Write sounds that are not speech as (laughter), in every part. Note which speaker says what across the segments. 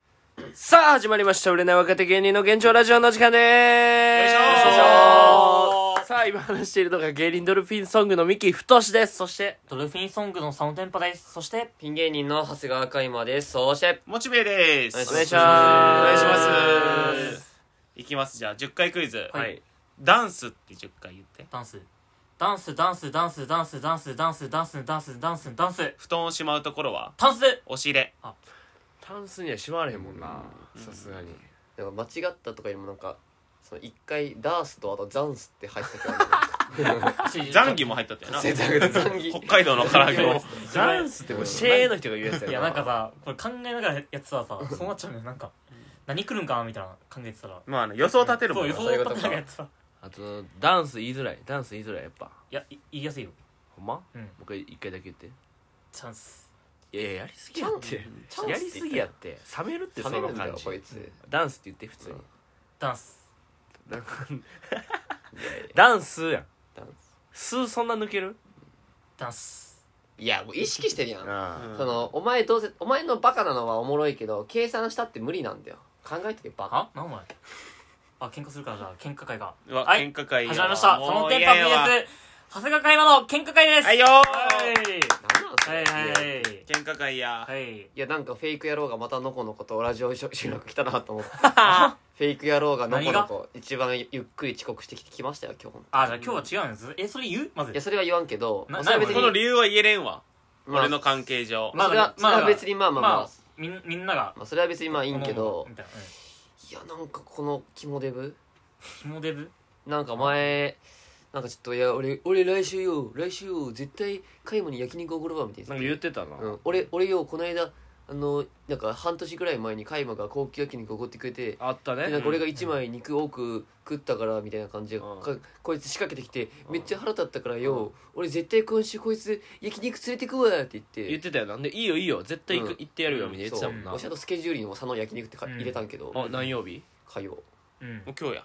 Speaker 1: はい
Speaker 2: さあ、始まりました。売れない若手芸人の現状ラジオの時間でーす。
Speaker 1: よいしょー
Speaker 2: さあ、今話しているのが芸人ドルフィンソングの三木太志です。
Speaker 3: そして、ドルフィンソングのサウンテンパです。そして、
Speaker 4: ピン芸人の長谷川海馬です。そして、
Speaker 1: モチベです
Speaker 4: お
Speaker 2: お願いし
Speaker 1: お願
Speaker 2: ま
Speaker 1: い
Speaker 2: す。
Speaker 1: しますいきますじゃあ10回クイズ、
Speaker 4: はい。
Speaker 1: ダンスって10回言って
Speaker 3: ダンス。ダンス、ダンス、ダンス、ダンス、ダンス、ダンス、ダンス、ダンス、ダンス、ダンス。
Speaker 1: 布団をしまうところは
Speaker 3: ダンス
Speaker 1: おし入れ
Speaker 2: タンスにはしまわれへんもんな。さすがに。
Speaker 4: なんか間違ったとかよりもなんか、その一回ダースとあとザンスって入ってた
Speaker 1: (laughs) ザンギも入ったったよな
Speaker 4: から、ね、 (laughs) ザンザンギ。
Speaker 1: 北海道の唐揚げを
Speaker 2: ダンスってこれシェーの人が言うやつや
Speaker 3: いや、なんかさ、これ考えながらやってたらさ、そうなっちゃうのよ。なんか、何来るんかなみたいな考えてたら。
Speaker 1: (laughs) まあね予想立てるも
Speaker 3: そ
Speaker 1: ん
Speaker 3: う、
Speaker 1: な
Speaker 3: 予想立てながらやってた。い
Speaker 2: あと、ダンス言いづらい。ダンス言いづらい、やっぱ。
Speaker 3: や、い言いやすいよ。
Speaker 2: ほんまも
Speaker 3: うん。
Speaker 2: う一回、一回だけ言って。
Speaker 3: チャンス。
Speaker 2: いやいや、やりすぎやって。
Speaker 4: チャン
Speaker 2: やりすぎやって。冷めるって、そ
Speaker 4: 冷め
Speaker 2: の
Speaker 4: るんだ
Speaker 2: 感
Speaker 4: よ
Speaker 2: じ
Speaker 4: こいつ。
Speaker 2: ダンスって言って、普通に。
Speaker 3: ダンス。
Speaker 2: なんかダンスやん。
Speaker 4: ダン
Speaker 2: スそんな抜ける
Speaker 3: ダンス。
Speaker 4: いや、もう意識してるやん。
Speaker 2: あ
Speaker 4: その、お前どうせ、お前のバカなのはおもろいけど、計算したって無理なんだよ。考えとけバカ。
Speaker 3: はなんお前。あ、喧嘩するからじゃあ、喧嘩会が。
Speaker 1: うわ
Speaker 3: はい
Speaker 1: 喧嘩会や
Speaker 3: 始まりました。
Speaker 1: もう
Speaker 3: そのテン
Speaker 1: 嫌やわ
Speaker 3: パ VS、長谷川会話の喧嘩会です。
Speaker 1: はいよ
Speaker 4: なんなんそ
Speaker 3: は
Speaker 4: れ
Speaker 3: いはいはいい。
Speaker 1: 喧嘩会や
Speaker 3: はい。
Speaker 4: や、なんかフェイク野郎がまたのこのことラジオ収録来たなと思って。フェイク野郎がのこのこ、一番ゆっくり遅刻してきてきましたよ、今日。
Speaker 3: あ、じゃあ今日は違うんです。え、それ言うまず
Speaker 4: いや、。それは言わんけど、
Speaker 3: な
Speaker 4: それは別
Speaker 3: な
Speaker 1: こ
Speaker 3: い
Speaker 1: の理由は言えれんわ
Speaker 4: まあ
Speaker 1: 俺の関係上
Speaker 3: まあ
Speaker 4: それはそ
Speaker 3: ま
Speaker 4: れ
Speaker 3: あ
Speaker 4: は別にまあまあまあ、
Speaker 3: みんみんなが
Speaker 4: まあ、それは別にまあいいんけど
Speaker 3: みたいなうん
Speaker 4: いやなんかこの肝デブ
Speaker 3: ひもデブ
Speaker 4: なんか前なんかちょっといや俺俺来週よ来週よ絶対カイモに焼肉おごるわみたいな
Speaker 2: なんか言ってたな。
Speaker 4: うん、俺俺よこの間あのなんか半年ぐらい前にカイマが高級焼肉おごってくれて
Speaker 2: あった
Speaker 4: でなん
Speaker 2: ね
Speaker 4: か。俺が1枚肉多く食ったからみたいな感じで、
Speaker 2: うん
Speaker 4: かこいつ仕掛けてきてめっちゃ腹立ったからよ、俺絶対今週こいつ焼肉連れてくわって言って
Speaker 2: 言ってたよな。で、いいよいいよ。絶対行く
Speaker 4: うん
Speaker 2: 行ってやるよ、みたいな言ってたもん
Speaker 3: う
Speaker 4: おしゃ
Speaker 2: な。
Speaker 4: とスケジュールにも佐野焼肉ってか
Speaker 3: うん
Speaker 4: 入れたんけど、
Speaker 2: あ、何曜日
Speaker 4: 火曜
Speaker 3: うん
Speaker 1: もう今日や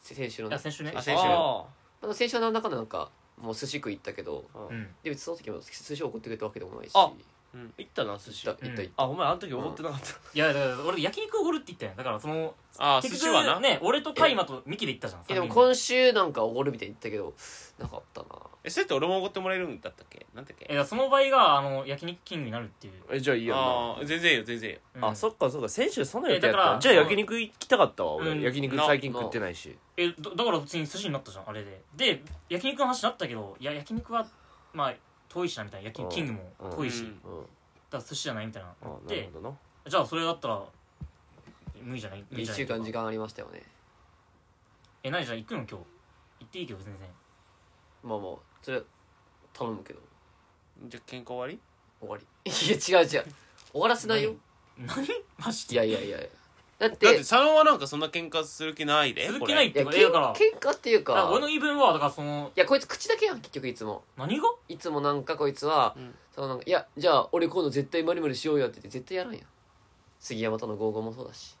Speaker 4: せ先週の
Speaker 3: いや先週ね
Speaker 1: あ
Speaker 4: 先
Speaker 1: 先
Speaker 4: 週
Speaker 1: 週
Speaker 2: あ
Speaker 4: あの先週はなんだかんだなんかもう寿司食い行ったけど
Speaker 2: ー
Speaker 3: うん
Speaker 4: で別にその時も寿司送ってくれたわけでもないし
Speaker 2: あ
Speaker 4: 行っ
Speaker 2: 行ったな、寿司
Speaker 4: た。行った
Speaker 3: うん
Speaker 4: 行っ
Speaker 2: あ、お前あの時怒ってなかった。
Speaker 3: いやだから俺焼肉おごるって言ったやんだからその
Speaker 1: ああ寿
Speaker 3: 結
Speaker 1: 司はな
Speaker 3: 局ね俺とカイマとミキで行ったじゃん
Speaker 4: たいやで
Speaker 3: 三
Speaker 4: も
Speaker 3: 人
Speaker 4: 今週なんかおごるみたいに言ったけどなかったな
Speaker 1: えそれって俺もおごってもらえるんだったっけなんだっ
Speaker 3: えだ
Speaker 1: け
Speaker 3: からその場合があの焼肉キングになるっていう
Speaker 2: え、じゃあいいよ
Speaker 1: ああ全然いいよ全然いいよ
Speaker 3: うん
Speaker 2: な。あ、そっかそっか。先週そんな予定
Speaker 3: え
Speaker 2: や
Speaker 3: だ
Speaker 2: っ
Speaker 3: から
Speaker 2: た。じゃあ焼肉行きたかったわ、
Speaker 3: うん
Speaker 2: 俺。焼肉
Speaker 1: な
Speaker 2: 最近食ってないし。
Speaker 3: えだだから普通に寿司になったじゃんあれでで焼肉の話になったけどいや焼肉はまあ遠いしなみたいな焼
Speaker 2: うん
Speaker 3: 肉キングも遠いし
Speaker 1: う
Speaker 3: だ
Speaker 1: ん
Speaker 2: うん。
Speaker 3: から寿司じゃないみたいな
Speaker 2: あ、なる
Speaker 3: で
Speaker 2: ほどな。
Speaker 3: じゃあそれだったら無理じゃない無理
Speaker 4: 1
Speaker 3: じゃない
Speaker 4: 週間時間ありましたよね
Speaker 3: え何じゃあ行くの今日行っていいけど全然
Speaker 4: まあまあそれは頼むけど
Speaker 1: じゃあ健康終わり
Speaker 4: 終わり (laughs) いや違う違う終わらせないよ
Speaker 3: 何マジ
Speaker 4: い
Speaker 3: で
Speaker 4: やいやいやいやだって
Speaker 1: だって佐野はなんかそんな喧嘩する気ないで
Speaker 3: 続
Speaker 1: こ
Speaker 3: け
Speaker 1: れ
Speaker 3: ないっ
Speaker 4: い
Speaker 3: て
Speaker 4: や
Speaker 3: これだ
Speaker 4: 喧
Speaker 3: から
Speaker 4: 喧嘩っていう
Speaker 3: だから
Speaker 4: か
Speaker 3: 俺の言い分はだからその
Speaker 4: いやこいつ口だけやん結局いつも
Speaker 3: 何が
Speaker 4: いつもなんかこいつは、
Speaker 1: うん
Speaker 4: そのなんかいやじゃあ俺今度絶対マリマリしようよって言って絶対やらんやん杉山との合コンもそうだし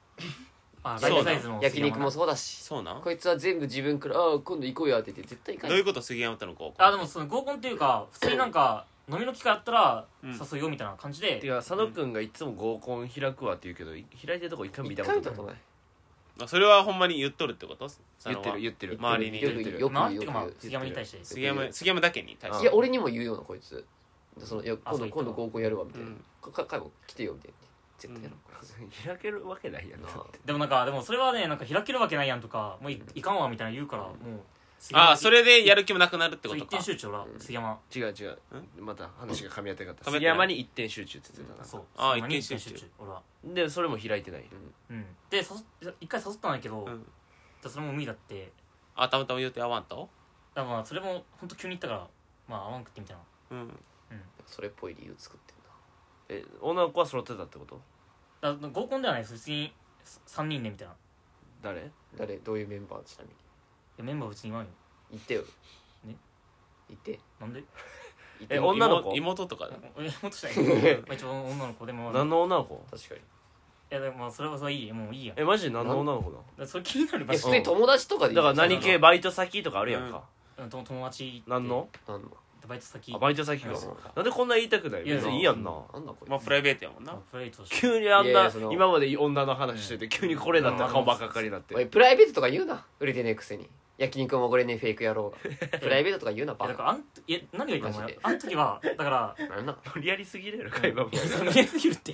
Speaker 3: あ
Speaker 1: そう
Speaker 3: ラ
Speaker 1: だ
Speaker 3: イブサイズの
Speaker 4: 焼肉も
Speaker 3: 杉
Speaker 4: そうだし
Speaker 1: そうなん
Speaker 4: こいつは全部自分から「ああ今度行こうよ」って言って絶対行か
Speaker 1: ど
Speaker 4: ん
Speaker 1: う
Speaker 4: や
Speaker 1: い
Speaker 4: ん
Speaker 1: うこと杉山との高校
Speaker 3: 山あでもその合コンっていうか普通になんか飲みの機会あったら
Speaker 1: うん
Speaker 3: 誘うよみたいな感じ
Speaker 2: て
Speaker 3: で
Speaker 2: か、佐野くんがいつも合コン開くわって言うけど、い開いてるとこ一回も見
Speaker 4: 一
Speaker 2: たこ
Speaker 4: 回
Speaker 2: と
Speaker 4: 見
Speaker 2: な
Speaker 4: た
Speaker 2: い
Speaker 4: こ。とない
Speaker 1: あそれはほんまに言っとるってこと佐野
Speaker 2: 言っ
Speaker 1: は
Speaker 2: てる、言ってる。
Speaker 1: 周りに
Speaker 4: よ
Speaker 2: 言ってる
Speaker 4: くよく
Speaker 3: まあて
Speaker 4: よ
Speaker 3: か
Speaker 4: く
Speaker 3: まあ
Speaker 4: 言う
Speaker 3: 杉山に対して
Speaker 1: 杉山杉山だけに対して
Speaker 4: いや俺にも言うようなこいつそのいや
Speaker 3: あ
Speaker 4: 今
Speaker 3: そう
Speaker 4: 度
Speaker 3: 言った
Speaker 4: 今度合コンやるわみたいうなん「かかも来てよ」みたいな絶対やらんこいつ
Speaker 2: 開けるわけないやな (laughs)
Speaker 4: (laughs) な。あ
Speaker 3: でもなんかでもそれはねなんか開けるわけないやんとかもういいかんわみたいな言うからもう杉山
Speaker 1: ああそれでやる気もなくなるって
Speaker 3: そ
Speaker 1: こと
Speaker 3: う一
Speaker 1: か
Speaker 3: 点集中俺は杉山
Speaker 2: 違う違うまた話が噛み合ってなかった
Speaker 1: 噛み合ってない
Speaker 2: 杉山に一点集中って言ってたな
Speaker 3: そう
Speaker 1: あー
Speaker 3: 杉山に
Speaker 1: 一点集中
Speaker 3: 俺は
Speaker 2: でそれも開いてない
Speaker 3: うんで誘っ一回誘ったんだけど
Speaker 1: うん
Speaker 3: だそれも無理だって
Speaker 1: あたまたま予定合わんと
Speaker 3: だからまあそれも本当急に行ったからまあ合わんくってみたいな
Speaker 1: うん
Speaker 4: それっぽい理由作ってんな
Speaker 2: え女の子は揃ってたってこと
Speaker 3: だから合コンではないです普通に3人でみたいない
Speaker 2: 誰
Speaker 4: 誰どういうメンバーちなみに
Speaker 3: やメンバー別に言わんよ
Speaker 4: 言ってよ
Speaker 3: ね
Speaker 4: 言って
Speaker 3: なんで
Speaker 4: 言っ
Speaker 2: え
Speaker 4: て
Speaker 2: 女の子
Speaker 1: 妹妹とかだ
Speaker 3: 俺もっとしたいけどまあ一応女の子でもまあ
Speaker 2: 何の女の子
Speaker 4: 確かに
Speaker 3: いやでもまあそれはそれはいいよもういいやだ
Speaker 2: えマジで何の女の子だ
Speaker 3: からそれ気になる
Speaker 4: い
Speaker 3: 場
Speaker 4: や
Speaker 3: 所
Speaker 4: 普通に友達とかでいい
Speaker 2: だから
Speaker 3: 何
Speaker 2: 何
Speaker 3: 系
Speaker 2: 系バイト先とかあるやんか
Speaker 3: 友達
Speaker 2: 何の
Speaker 4: なんの
Speaker 3: バイト先
Speaker 2: あバイト先か
Speaker 3: そう
Speaker 2: なんでこんな言いたくない
Speaker 3: いや
Speaker 2: 別にいいやんな
Speaker 4: なんだこれ
Speaker 1: まあプライベートやもんな
Speaker 3: プレイとして
Speaker 2: 急にあん
Speaker 4: いやい
Speaker 2: な
Speaker 4: やその
Speaker 2: 今までいい女の話してて急にこれだったら顔ばっかりになって
Speaker 4: おいプライベートとか言うな売れてねえくせに焼肉もこれねえフェイク野
Speaker 3: (laughs)
Speaker 4: 郎がプライベートとか言うなバ
Speaker 3: だか
Speaker 4: カ
Speaker 3: らあんいや何が言いたいの
Speaker 4: マジで
Speaker 3: あの時はだから
Speaker 4: なんな
Speaker 2: 無理やりすぎるやろ会話も
Speaker 3: 見えすぎるって